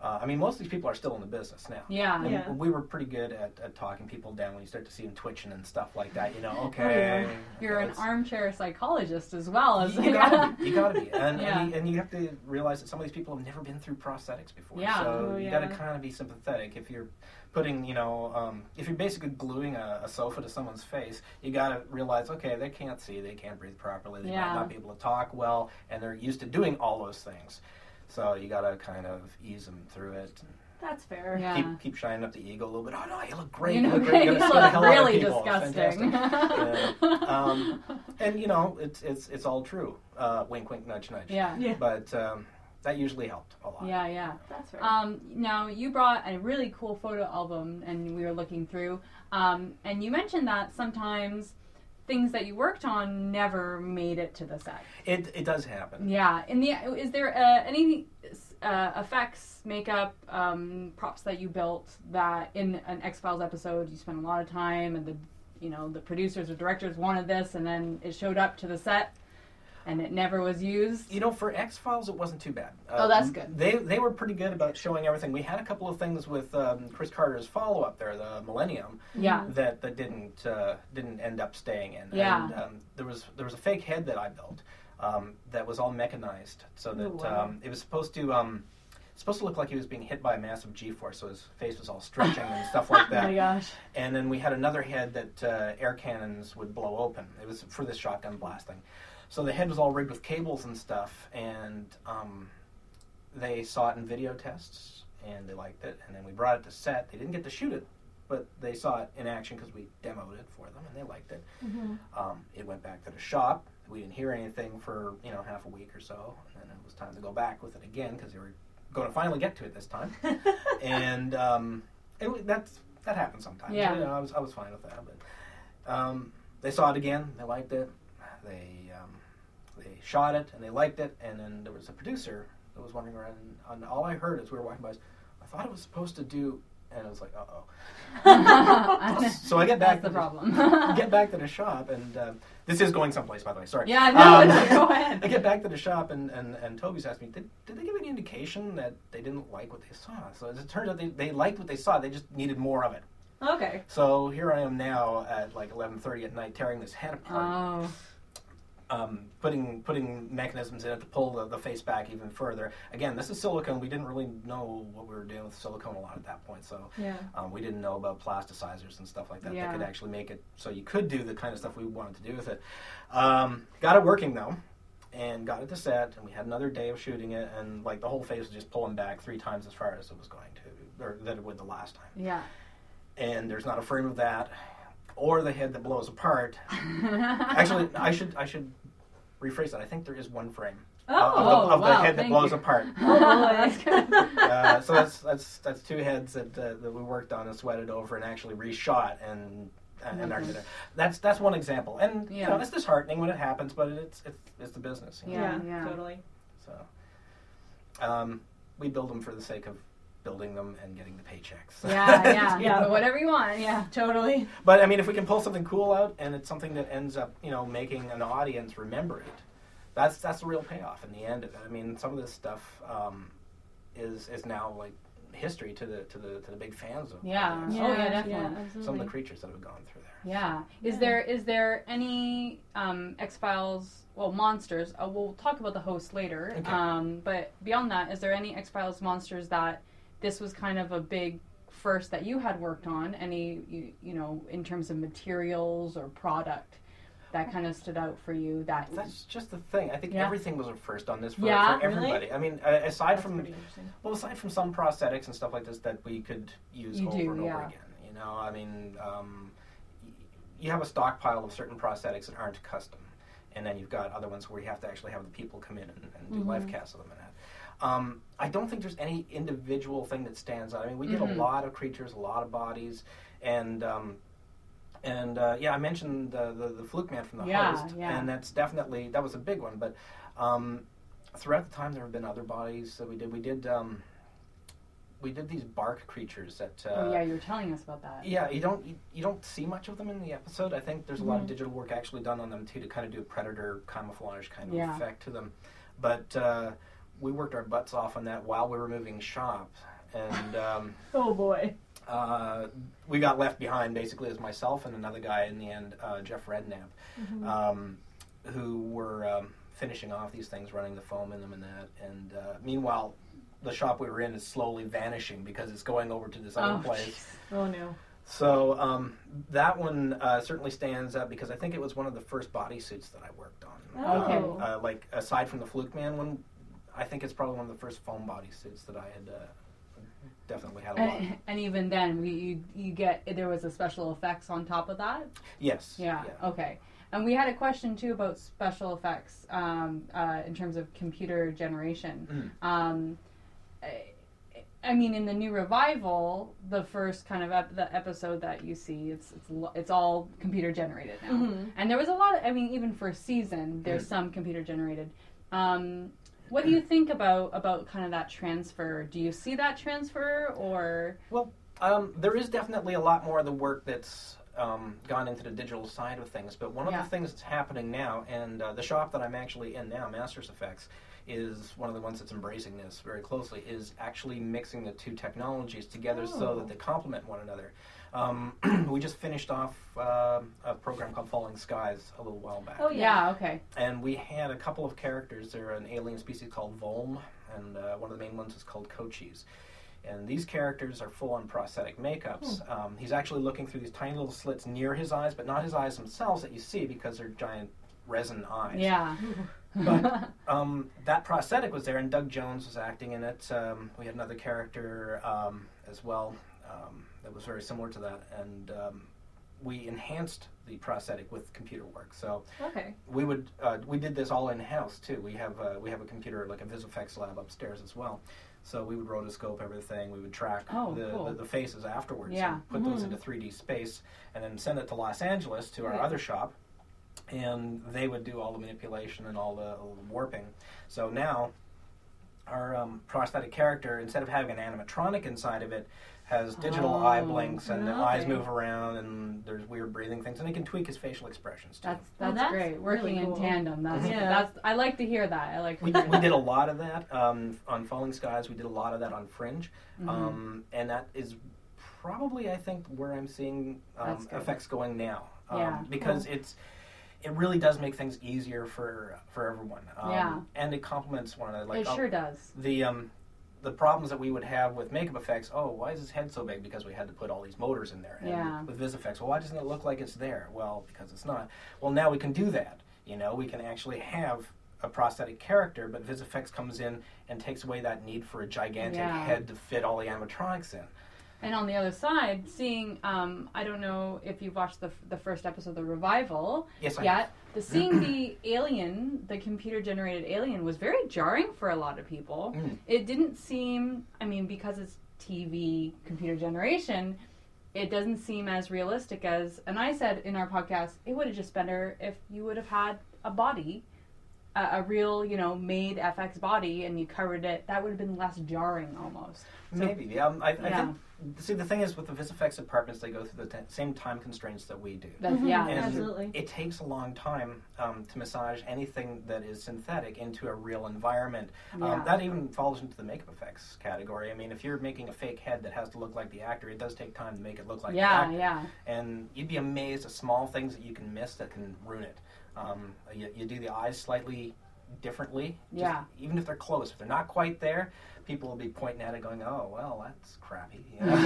Speaker 5: Uh, I mean, most of these people are still in the business now.
Speaker 1: Yeah.
Speaker 5: And
Speaker 4: Yeah.
Speaker 5: We were pretty good at, at talking people down when you start to see them twitching and stuff like that. You know, okay.
Speaker 1: Oh, You're an
Speaker 5: it's-
Speaker 1: armchair psychologist as well as
Speaker 5: you gotta be. You gotta be. And,
Speaker 1: Yeah.
Speaker 5: and, you, and you have to realize that some of these people have never been through prosthetics before.
Speaker 1: Yeah.
Speaker 5: So
Speaker 4: Oh,
Speaker 5: you
Speaker 4: yeah.
Speaker 5: gotta kind of be sympathetic. If you're putting, you know, um, if you're basically gluing a, a sofa to someone's face, you gotta realize, okay, they can't see, they can't breathe properly, they
Speaker 1: Yeah.
Speaker 5: might not be able to talk well, and they're used to doing all those things. So you gotta kind of ease them through it.
Speaker 4: That's fair.
Speaker 1: yeah.
Speaker 5: Keep keep shining up the ego a little bit. Oh no, you look great.
Speaker 1: you know,
Speaker 5: great.
Speaker 1: you
Speaker 5: You're gonna scare the
Speaker 1: look
Speaker 5: hell out of
Speaker 1: really
Speaker 5: people. It's
Speaker 1: disgusting.
Speaker 5: fantastic. Yeah. Um, and you know, it's it's it's all true. Uh, wink, wink, nudge, nudge.
Speaker 1: yeah.
Speaker 4: Yeah.
Speaker 5: But um, that usually helped a lot.
Speaker 1: Yeah, yeah.
Speaker 4: That's fair.
Speaker 1: Um, now you brought a really cool photo album, and we were looking through. Um, and you mentioned that sometimes things that you worked on never made it to the set.
Speaker 5: It it does happen.
Speaker 1: Yeah. In the is there uh, any uh, effects, makeup, um, props that you built that in an X Files episode you spent a lot of time, and the you know the producers or directors wanted this, and then it showed up to the set, and it never was used.
Speaker 5: You know, for X Files, it wasn't too bad. Uh,
Speaker 1: Oh, that's good.
Speaker 5: They they were pretty good about showing everything. We had a couple of things with um, Chris Carter's follow up there, the Millennium,
Speaker 1: Yeah.
Speaker 5: that that didn't uh, didn't end up staying in.
Speaker 1: Yeah.
Speaker 5: And, um, there was there was a fake head that I built um, that was all mechanized, so that
Speaker 4: wow.
Speaker 5: um, it was supposed to. Um, Supposed to look like he was being hit by a massive G-force, so his face was all stretching and stuff like that.
Speaker 4: oh my gosh.
Speaker 5: And then we had another head that uh, air cannons would blow open. It was for this shotgun blasting. So the head was all rigged with cables and stuff, and um, they saw it in video tests, and they liked it. And then we brought it to set. They didn't get to shoot it, but they saw it in action because we demoed it for them, and they liked it. Um, it went back to the shop. We didn't hear anything for you know half a week or so, and then it was time to go back with it again because they were going to finally get to it this time. and um, it, w- that's that happens sometimes.
Speaker 1: Yeah.
Speaker 5: You know, I was I was fine with that, but um, they saw it again. They liked it. They um, they shot it and they liked it. And then there was a producer that was wandering around, and, and all I heard as we were walking by is, "I thought it was supposed to do," and I was like, "Uh oh." So I get
Speaker 1: That's
Speaker 5: back
Speaker 1: the
Speaker 5: to
Speaker 1: problem.
Speaker 5: get back to the shop, and uh, this is going someplace, by the way. Sorry.
Speaker 1: Yeah, no,
Speaker 5: Um,
Speaker 1: it's- go
Speaker 5: I
Speaker 1: ahead.
Speaker 5: get back to the shop, and, and, and Toby's asked me, did, did they give any indication that they didn't like what they saw? So as it turns out, they, they liked what they saw. They just needed more of it.
Speaker 4: Okay.
Speaker 5: So here I am now at like 11:30 at night, tearing this head apart,
Speaker 1: Oh,
Speaker 5: um, putting putting mechanisms in it to pull the, the face back even further. Again, this is silicone. We didn't really know what we were doing with silicone a lot at that point, so
Speaker 4: Yeah.
Speaker 5: um, we didn't know about plasticizers and stuff like that
Speaker 1: Yeah.
Speaker 5: that could actually make it so you could do the kind of stuff we wanted to do with it. Um, got it working though, and got it to set, and we had another day of shooting it, and like the whole face was just pulling back three times as far as it was going to, or that it would the last time.
Speaker 1: yeah.
Speaker 5: And there's not a frame of that, or the head that blows apart. actually, I should I should rephrase that. I think there is one frame uh, of, the,
Speaker 1: Oh,
Speaker 5: of the
Speaker 1: wow,
Speaker 5: head that
Speaker 1: thank
Speaker 5: blows
Speaker 1: you.
Speaker 5: apart.
Speaker 4: Oh,
Speaker 1: That's good.
Speaker 5: Uh, so that's that's that's two heads that uh, that we worked on and sweated over and actually reshot and uh, and, and arced it. That's that's one example. And you
Speaker 1: Mm-hmm. Yeah.
Speaker 5: know, it's disheartening when it happens, but it's it's it's the business. you know,
Speaker 1: Yeah,
Speaker 4: Yeah.
Speaker 1: yeah.
Speaker 4: Totally.
Speaker 5: So um, we build them for the sake of building them and getting the paychecks.
Speaker 1: Yeah, yeah,
Speaker 4: Yeah.
Speaker 1: But whatever you want, yeah.
Speaker 4: Totally.
Speaker 5: but I mean, if we can pull something cool out and it's something that ends up you know making an audience remember it, that's that's the real payoff in the end of it. I mean, some of this stuff um, is is now like history to the to the to the big fans of
Speaker 1: Yeah.
Speaker 5: Yes.
Speaker 1: Oh,
Speaker 4: Yeah,
Speaker 1: yeah,
Speaker 4: yeah,
Speaker 1: definitely.
Speaker 5: some of the
Speaker 4: absolutely.
Speaker 5: creatures that have gone through there.
Speaker 1: Yeah. Is there is there any um, X Files? Well, monsters. Uh, we'll talk about the host later.
Speaker 5: Okay.
Speaker 1: Um, but beyond that, is there any X Files monsters that this was kind of a big first that you had worked on? Any you, you know in terms of materials or product that kind of stood out for you? That
Speaker 5: That's just the thing. I think
Speaker 1: Yeah.
Speaker 5: everything was a first on this for,
Speaker 1: Yeah,
Speaker 5: for
Speaker 4: really?
Speaker 5: everybody. I mean, uh, aside
Speaker 4: That's
Speaker 5: from
Speaker 4: pretty interesting.
Speaker 5: well, aside from some prosthetics and stuff like this that we could use
Speaker 1: You
Speaker 5: over
Speaker 1: do,
Speaker 5: and over
Speaker 1: yeah.
Speaker 5: again. You know, I mean, um, y- you have a stockpile of certain prosthetics that aren't custom, and then you've got other ones where you have to actually have the people come in and, and do
Speaker 1: Mm-hmm.
Speaker 5: live casts of them and that. Um, I don't think there's any individual thing that stands out. I mean, we
Speaker 1: Mm-hmm.
Speaker 5: did a lot of creatures, a lot of bodies, and um, and uh, yeah, I mentioned the, the the fluke man from the
Speaker 1: Yeah,
Speaker 5: host,
Speaker 1: yeah.
Speaker 5: and that's definitely that was a big one. But um, throughout the time, there have been other bodies that we did. We did um, we did these bark creatures that. Uh,
Speaker 1: oh yeah, you were telling us about that.
Speaker 5: yeah, you don't you, you don't see much of them in the episode. I think there's a
Speaker 1: Mm-hmm.
Speaker 5: lot of digital work actually done on them too to kind of do a predator camouflage kind of
Speaker 1: Yeah.
Speaker 5: effect to them. But uh, we worked our butts off on that while we were moving shop, and um,
Speaker 4: Oh boy.
Speaker 5: uh, we got left behind basically as myself and another guy in the end, uh, Jeff Redknapp, um, who were um, finishing off these things, running the foam in them and that. And uh, meanwhile, the shop we were in is slowly vanishing because it's going over to this other
Speaker 1: Oh,
Speaker 5: place.
Speaker 4: Oh no.
Speaker 5: So um, that one uh, certainly stands up because I think it was one of the first bodysuits that I worked on.
Speaker 1: Okay.
Speaker 4: Oh.
Speaker 5: Uh, like aside from the Fluke Man one, I think it's probably one of the first foam bodysuits that I had uh, definitely had a lot.
Speaker 1: And, and even then, we you, you get there was a special effects on top of that.
Speaker 5: Yes.
Speaker 1: Yeah. Okay. And we had a question too about special effects um, uh, in terms of computer generation. Um, I, I mean, in the new revival, the first kind of ep- the episode that you see, it's it's, lo- it's all computer generated now. And there was a lot of, I mean, even first season, there's some computer generated. Um, what do you think about about kind of that transfer? Do you see that transfer or
Speaker 5: Well, um, there is definitely a lot more of the work that's um, gone into the digital side of things. But one of
Speaker 1: Yeah.
Speaker 5: the things that's happening now, and uh, the shop that I'm actually in now, Masters Effects, is one of the ones that's embracing this very closely. Is actually mixing the two technologies together so that they complement one another. Um, we just finished off uh, a program called Falling Skies a little while back
Speaker 4: Oh yeah.
Speaker 1: yeah? okay.
Speaker 5: and we had a couple of characters. They're an alien species called Volm, and uh, one of the main ones is called Cochise. And these characters are full on prosthetic makeups. Um, he's actually looking through these tiny little slits near his eyes, but not his eyes themselves that you see because they're giant resin eyes.
Speaker 1: Yeah.
Speaker 5: But um, that prosthetic was there, and Doug Jones was acting in it. Um, we had another character um, as well um, that was very similar to that, and um, we enhanced the prosthetic with computer work. So
Speaker 4: Okay.
Speaker 5: we would uh, we did this all in house too. We have uh, we have a computer like a VisuFX lab upstairs as well. So we would rotoscope everything. We would track
Speaker 1: Oh,
Speaker 5: the,
Speaker 1: cool.
Speaker 5: the, the faces afterwards.
Speaker 1: Yeah. Mm-hmm.
Speaker 5: And put those into 3D space, and then send it to Los Angeles to our other shop, and they would do all the manipulation and all the, all the warping. So now, our um, prosthetic character, instead of having an animatronic inside of it, has digital eye
Speaker 1: Oh,
Speaker 5: blinks, and the eyes
Speaker 4: okay.
Speaker 5: move around, and there's weird breathing things, and he can tweak his facial expressions too.
Speaker 1: That's that's,
Speaker 4: Well, that's
Speaker 1: great. Working
Speaker 4: really
Speaker 1: in
Speaker 4: cool.
Speaker 1: tandem. That's
Speaker 4: Yeah.
Speaker 1: that's I like to hear that. I like to
Speaker 5: we,
Speaker 1: hear
Speaker 5: we
Speaker 1: that.
Speaker 5: did a lot of that um, on Falling Skies. We did a lot of that on Fringe,
Speaker 1: Mm-hmm.
Speaker 5: um, and that is probably I think where I'm seeing
Speaker 1: That's
Speaker 5: um,
Speaker 1: good.
Speaker 5: effects going now um,
Speaker 1: Yeah.
Speaker 5: because it's it really does make things easier for for everyone. Um,
Speaker 1: Yeah.
Speaker 5: and it complements one another. Like
Speaker 1: it
Speaker 5: I'll-
Speaker 1: sure does.
Speaker 5: the um, the problems that we would have with makeup effects. Oh, why is his head so big? Because we had to put all these motors in there. And
Speaker 1: Yeah.
Speaker 5: With Viz effects, well, why doesn't it look like it's there? Well, because it's not. Well, now we can do that. You know, we can actually have a prosthetic character, but Viz effects comes in and takes away that need for a gigantic
Speaker 1: Yeah.
Speaker 5: head to fit all the animatronics in.
Speaker 1: And on the other side, seeing um, I don't know if you've watched the the first episode of the revival
Speaker 5: Yes, I have.
Speaker 1: yet. The seeing the alien, the computer generated alien, was very jarring for a lot of people. It didn't seem. I mean, because it's TV computer generation. It doesn't seem as realistic as, and I said in our podcast, it would have just been better if you would have had a body
Speaker 4: a, a real, you know, made FX body and you covered it, that would have been less jarring almost.
Speaker 5: Maybe. Yeah. Um, I, I
Speaker 4: Yeah.
Speaker 5: think. See, the thing is, with the VisFX apartments, they go through the t- same time constraints that we do.
Speaker 1: Mm-hmm.
Speaker 4: That's, yeah,
Speaker 5: And
Speaker 4: absolutely.
Speaker 5: It takes a long time um, to massage anything that is synthetic into a real environment.
Speaker 4: Yeah.
Speaker 5: Um, that even falls into the makeup effects category. I mean, if you're making a fake head that has to look like the actor, it does take time to make it look like the
Speaker 4: yeah,
Speaker 5: actor.
Speaker 4: yeah.
Speaker 5: And you'd be amazed at small things that you can miss that can ruin it. Um, you, you do the eyes slightly differently. just-
Speaker 4: Yeah.
Speaker 5: Even if they're close, if they're not quite there, people will be pointing at it going, oh, well, that's crappy. You know?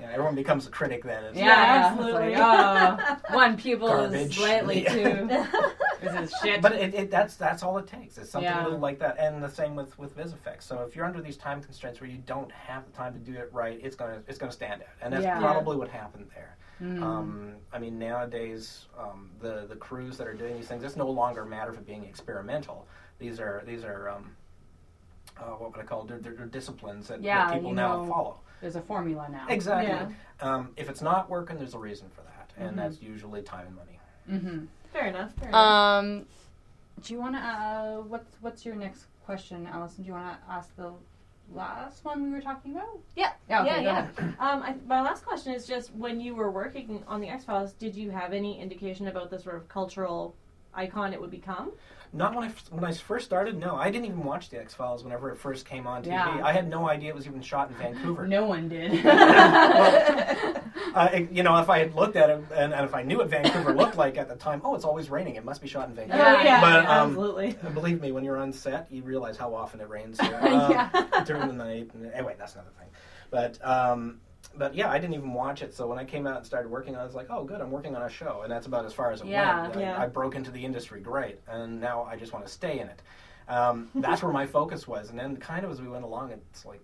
Speaker 5: Yeah, everyone becomes a critic then. It's
Speaker 1: Yeah,
Speaker 4: Yeah,
Speaker 1: absolutely.
Speaker 4: it's
Speaker 1: oh, one pupil is
Speaker 5: Garbage.
Speaker 1: slightly
Speaker 5: Yeah.
Speaker 1: too. This is shit.
Speaker 5: But it, it, that's that's all it takes. It's something
Speaker 1: Yeah.
Speaker 5: little like that, and the same with with VisFX. So if you're under these time constraints where you don't have the time to do it right, it's gonna it's gonna stand out, and that's
Speaker 4: Yeah.
Speaker 5: probably what happened there.
Speaker 1: Mm.
Speaker 5: Um, I mean, nowadays um, the the crews that are doing these things, it's no longer a matter of it being experimental. These are these are um, uh, what would I call? it? They're, they're, they're disciplines that, that
Speaker 1: Yeah,
Speaker 5: people
Speaker 1: you
Speaker 5: now
Speaker 1: know.
Speaker 5: follow.
Speaker 1: There's a formula now.
Speaker 5: Exactly. Um, if it's not working, there's a reason for that, and
Speaker 1: Mm-hmm.
Speaker 5: that's usually time and money.
Speaker 4: Fair enough. Fair enough.
Speaker 1: Um, do you want to? Uh, what's what's your next question, Allison? Do you want to ask the last one we were talking about?
Speaker 4: Yeah.
Speaker 1: Yeah.
Speaker 4: yeah,
Speaker 1: Okay, go
Speaker 4: yeah. Um, I, my last question is just when you were working on the X Files, did you have any indication about the sort of cultural icon it would become?
Speaker 5: Not when I, f- when I first started, no. I didn't even watch The X Files whenever it first came on TV.
Speaker 1: Yeah.
Speaker 5: I had no idea it was even shot in Vancouver.
Speaker 1: No one did.
Speaker 5: Uh, it- you know, if I had looked at it and, and if I knew what Vancouver looked like at the time, oh, it's always raining. It must be shot in Vancouver.
Speaker 1: Yeah.
Speaker 5: But, um,
Speaker 4: absolutely.
Speaker 5: And Believe me, when you're on set, you realize how often it rains here,
Speaker 4: Yeah.
Speaker 5: um, during the night. And, anyway, that's another thing. But um, but yeah, I didn't even watch it. So when I came out and started working on it, I was like, oh, good, I'm working on a show. And that's about as far as it
Speaker 1: Yeah.
Speaker 5: went. I-
Speaker 4: Yeah.
Speaker 5: I, broke into the industry, great. And now I just want to stay in it. Um, that's where my focus was. And then kind of as we went along, it's like,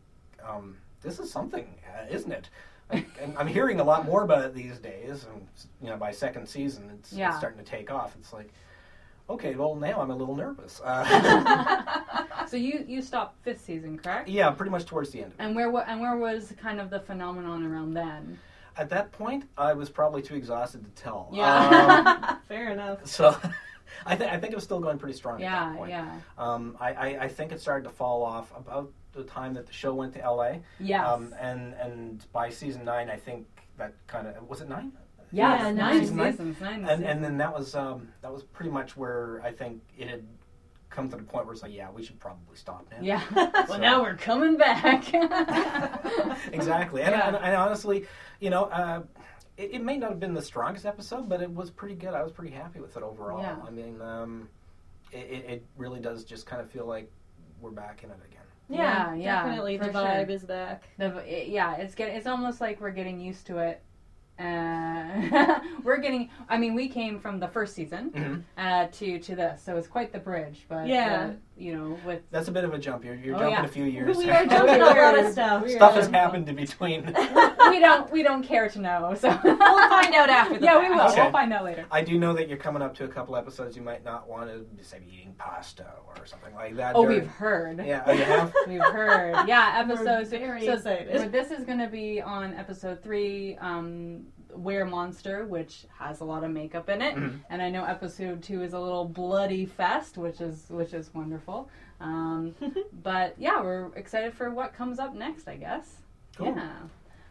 Speaker 5: um, this is something, uh, isn't it? I, and I'm hearing a lot more about it these days. And, you know, by second season, it's,
Speaker 1: Yeah.
Speaker 5: it's starting to take off. It's like, okay, well, now I'm a little nervous. Uh,
Speaker 1: so you you stopped fifth season, correct?
Speaker 5: yeah, pretty much towards the end. of it.
Speaker 1: And where wa- and where was kind of the phenomenon around then?
Speaker 5: At that point, I was probably too exhausted to tell.
Speaker 1: Yeah.
Speaker 5: Um,
Speaker 4: Fair enough.
Speaker 5: so I, th- I think it was still going pretty strong at
Speaker 1: Yeah,
Speaker 5: that point.
Speaker 1: yeah,
Speaker 5: Um, I, I, I think it started to fall off about the time that the show went to LA.
Speaker 1: yes,
Speaker 5: Um, and, and by season nine, I think that kind of, was it nine?
Speaker 1: yes,
Speaker 4: yeah,
Speaker 1: nine
Speaker 5: season nine.
Speaker 1: seasons, nine
Speaker 5: and
Speaker 1: seasons.
Speaker 5: and then that was um, that was pretty much where I think it had come to the point where it's like, yeah, we should probably stop now.
Speaker 1: yeah.
Speaker 5: So-
Speaker 1: well, now we're coming back.
Speaker 5: exactly. And,
Speaker 1: Yeah.
Speaker 5: and, and honestly, you know, uh, it, it may not have been the strongest episode, but it was pretty good. I was pretty happy with it overall.
Speaker 1: Yeah.
Speaker 5: I mean, um, it, it it really does just kind of feel like we're back in it again.
Speaker 1: Yeah, yeah,
Speaker 4: definitely.
Speaker 1: for
Speaker 4: the vibe
Speaker 1: sure.
Speaker 4: is back.
Speaker 1: The, it, yeah, it's get, it's almost like we're getting used to it. Uh, we're getting. I mean, we came from the first season
Speaker 5: Mhm.
Speaker 1: uh, to to this, so it's quite the bridge. But
Speaker 4: Yeah.
Speaker 1: uh, you know, with
Speaker 5: That's a bit of a jump. You're, you're
Speaker 1: Oh,
Speaker 5: jumping
Speaker 1: yeah.
Speaker 5: a few years.
Speaker 4: We are jumping a lot of stuff.
Speaker 1: Weird.
Speaker 5: Stuff has happened in between.
Speaker 1: we don't we don't care to know. So
Speaker 4: We'll find out after the
Speaker 1: yeah, we will.
Speaker 4: fact.
Speaker 5: Okay.
Speaker 1: We'll find out later.
Speaker 5: I do know that you're coming up to a couple episodes you might not want to say eating pasta or something like that.
Speaker 1: Oh,
Speaker 5: They're-
Speaker 1: we've heard.
Speaker 5: Yeah, oh, you have?
Speaker 1: We've heard. Yeah, episode.
Speaker 4: We're very
Speaker 1: so
Speaker 4: excited.
Speaker 1: so this is going to be on episode three, um, Where Monster, which has a lot of makeup in it,
Speaker 5: Mm-hmm.
Speaker 1: and I know episode two is a little bloody fest, which is which is wonderful. Um, but yeah, we're excited for what comes up next. I guess.
Speaker 5: Cool.
Speaker 1: Yeah.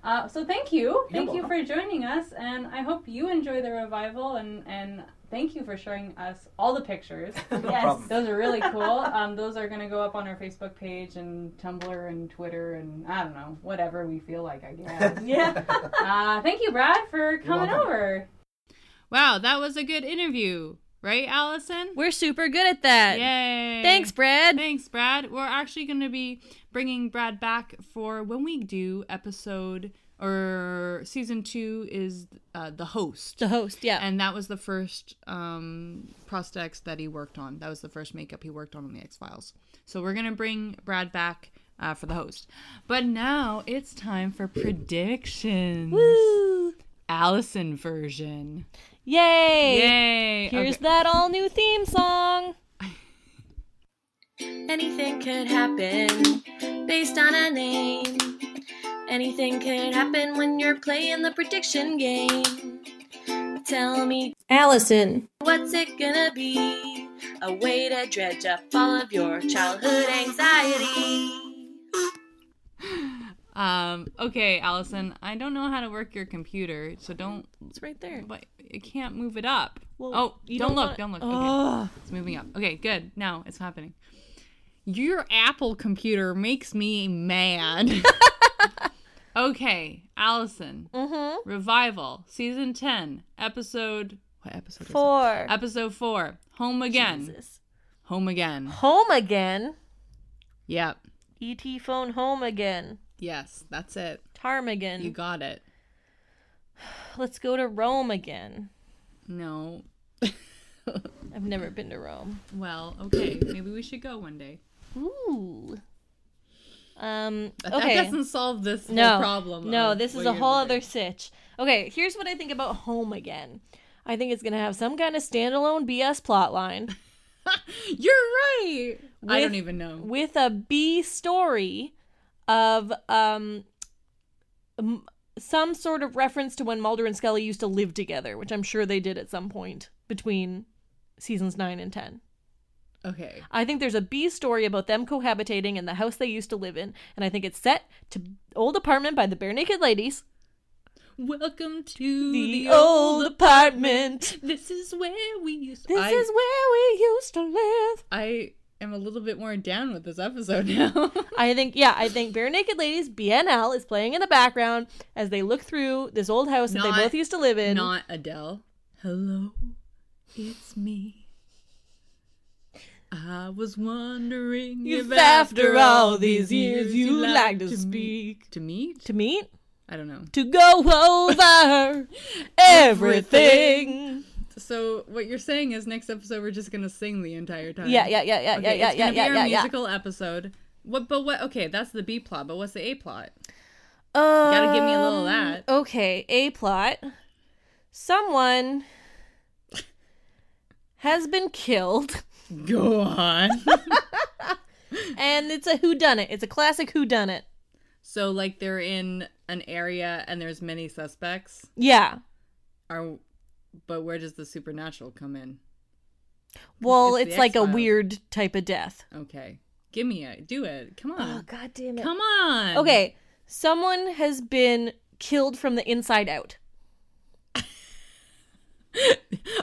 Speaker 1: Uh, so thank you, thank you
Speaker 5: welcome.
Speaker 1: for joining us, and I hope you enjoy the revival, and and thank you for showing us all the pictures.
Speaker 5: no
Speaker 4: Yes.
Speaker 5: problem.
Speaker 1: Those are really cool. Um, those are going to go up on our Facebook page and Tumblr and Twitter and I don't know, whatever we feel like, I guess.
Speaker 4: Yeah.
Speaker 1: uh, thank you, Brad, for coming
Speaker 5: welcome.
Speaker 1: over. Wow, that was a good interview, right, Allison?
Speaker 3: We're super good at that.
Speaker 1: Yay.
Speaker 3: Thanks, Brad.
Speaker 1: Thanks, Brad. We're actually going to be bringing Brad back for when we do episode or season two is uh, the host.
Speaker 3: The host, yeah.
Speaker 1: and that was the first um, prosthetics that he worked on. That was the first makeup he worked on on the X Files. So we're gonna bring Brad back uh, for the host. But now it's time for predictions.
Speaker 3: Woo!
Speaker 1: Allison version.
Speaker 3: Yay!
Speaker 1: Yay!
Speaker 3: Here's
Speaker 1: Okay.
Speaker 3: that all new theme song. Anything could happen based on a name. Anything could happen when you're playing the prediction game. Tell me, Allison, what's it gonna be? a way to dredge up all of your childhood anxiety.
Speaker 1: Um, okay, Allison, I don't know how to work your computer, so don't.
Speaker 2: It's right there.
Speaker 1: But you can't move it up.
Speaker 2: Well,
Speaker 1: oh,
Speaker 2: you
Speaker 1: don't,
Speaker 2: Uh, don't
Speaker 1: look,
Speaker 2: want-
Speaker 1: don't look. Okay,
Speaker 2: Ugh.
Speaker 1: it's moving up. Okay, good. Now it's happening. Your Apple computer makes me mad. okay, Allison,
Speaker 2: Mm-hmm.
Speaker 1: Revival, season ten, episode. What episode? is it?
Speaker 2: Four.
Speaker 1: Episode four. Home again.
Speaker 2: Jesus.
Speaker 1: Home again.
Speaker 2: Home again.
Speaker 1: Yep.
Speaker 2: ET phone home again.
Speaker 1: Yes, that's it.
Speaker 2: Tarm again.
Speaker 1: You got it.
Speaker 2: Let's go to Rome again.
Speaker 1: No.
Speaker 2: I've never been to Rome.
Speaker 1: Well, okay. Maybe we should go one day.
Speaker 2: Ooh. Um.
Speaker 1: But
Speaker 2: okay.
Speaker 1: That doesn't solve this whole
Speaker 2: no
Speaker 1: problem.
Speaker 2: No,
Speaker 1: of
Speaker 2: this is
Speaker 1: what
Speaker 2: a
Speaker 1: you're
Speaker 2: whole
Speaker 1: living.
Speaker 2: other sitch. Okay, here's what I think about Home Again. I think it's gonna have some kind of standalone BS plotline
Speaker 1: You're right. I
Speaker 2: With-
Speaker 1: don't even know.
Speaker 2: with a B story of um m- some sort of reference to when Mulder and Scully used to live together, which I'm sure they did at some point between seasons nine and ten.
Speaker 1: Okay.
Speaker 2: I think there's a B story about them cohabitating in the house they used to live in, and I think it's set to old apartment by the bare naked ladies.
Speaker 1: Welcome to
Speaker 2: The,
Speaker 1: the,
Speaker 2: old apartment.
Speaker 1: This is where we used.
Speaker 2: This
Speaker 1: I,
Speaker 2: is where we used to live.
Speaker 1: I am a little bit more down with this episode now.
Speaker 2: I think, yeah, I think Bare Naked Ladies BNL is playing in the background as they look through this old house that
Speaker 1: Not-
Speaker 2: they both used to live in.
Speaker 1: Not Adele. Hello, it's me. I was wondering
Speaker 2: If
Speaker 1: if
Speaker 2: after all these years you
Speaker 1: like
Speaker 2: like to
Speaker 1: meet-
Speaker 2: speak.
Speaker 1: to meet.
Speaker 2: To meet,
Speaker 1: I don't know.
Speaker 2: to go over everything.
Speaker 1: So what you're saying is next episode we're just gonna sing the entire time.
Speaker 2: Yeah, yeah, yeah, yeah,
Speaker 1: Okay,
Speaker 2: yeah,
Speaker 1: it's
Speaker 2: yeah,
Speaker 1: gonna
Speaker 2: yeah,
Speaker 1: be
Speaker 2: yeah,
Speaker 1: our
Speaker 2: yeah.
Speaker 1: musical episode. What? But what? Okay, that's the B plot. But what's the A plot?
Speaker 2: Um,
Speaker 1: gotta give me a little of that.
Speaker 2: Okay, a plot. Someone has been killed,
Speaker 1: Go on.
Speaker 2: and it's a whodunit. It's a classic whodunit.
Speaker 1: so like they're in an area and there's many suspects.
Speaker 2: Yeah.
Speaker 1: Are, but where does the supernatural come in?
Speaker 2: Well,
Speaker 1: It's
Speaker 2: it's,
Speaker 1: the
Speaker 2: like a
Speaker 1: X-Files.
Speaker 2: weird type of death.
Speaker 1: Okay, give me it. Do it. Come
Speaker 3: Oh,
Speaker 1: on.
Speaker 3: god damn it.
Speaker 1: Come on.
Speaker 2: Okay, someone has been killed from the inside out.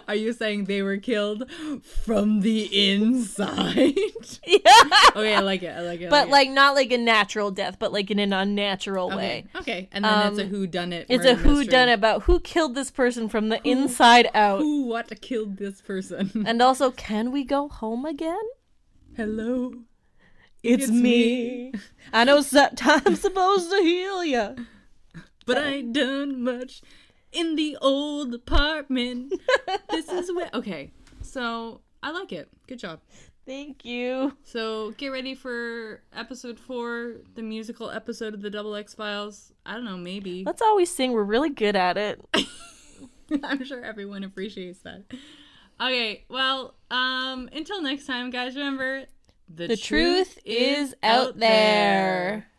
Speaker 1: Are you saying they were killed from the inside?
Speaker 2: Yeah.
Speaker 1: okay, I like it. I like it. I
Speaker 2: But
Speaker 1: it.
Speaker 2: like not like a natural death, but like in an unnatural way.
Speaker 1: Okay. okay. And then it's a
Speaker 2: Um,
Speaker 1: who done it.
Speaker 2: It's a who done about who killed this person from the inside out.
Speaker 1: Who what killed this person?
Speaker 2: And also, can we go home again?
Speaker 1: Hello.
Speaker 2: It's, me. I know so- I'm supposed to heal you.
Speaker 1: But I ain't done much in the old apartment. this is where Okay. So I like it. Good job.
Speaker 2: Thank you.
Speaker 1: So get ready for episode four, the musical episode of the Double X Files. I don't know, maybe.
Speaker 2: Let's always sing. We're really good at it.
Speaker 1: I'm sure everyone appreciates that. Okay, well, um, until next time, guys, remember
Speaker 2: The truth is out there.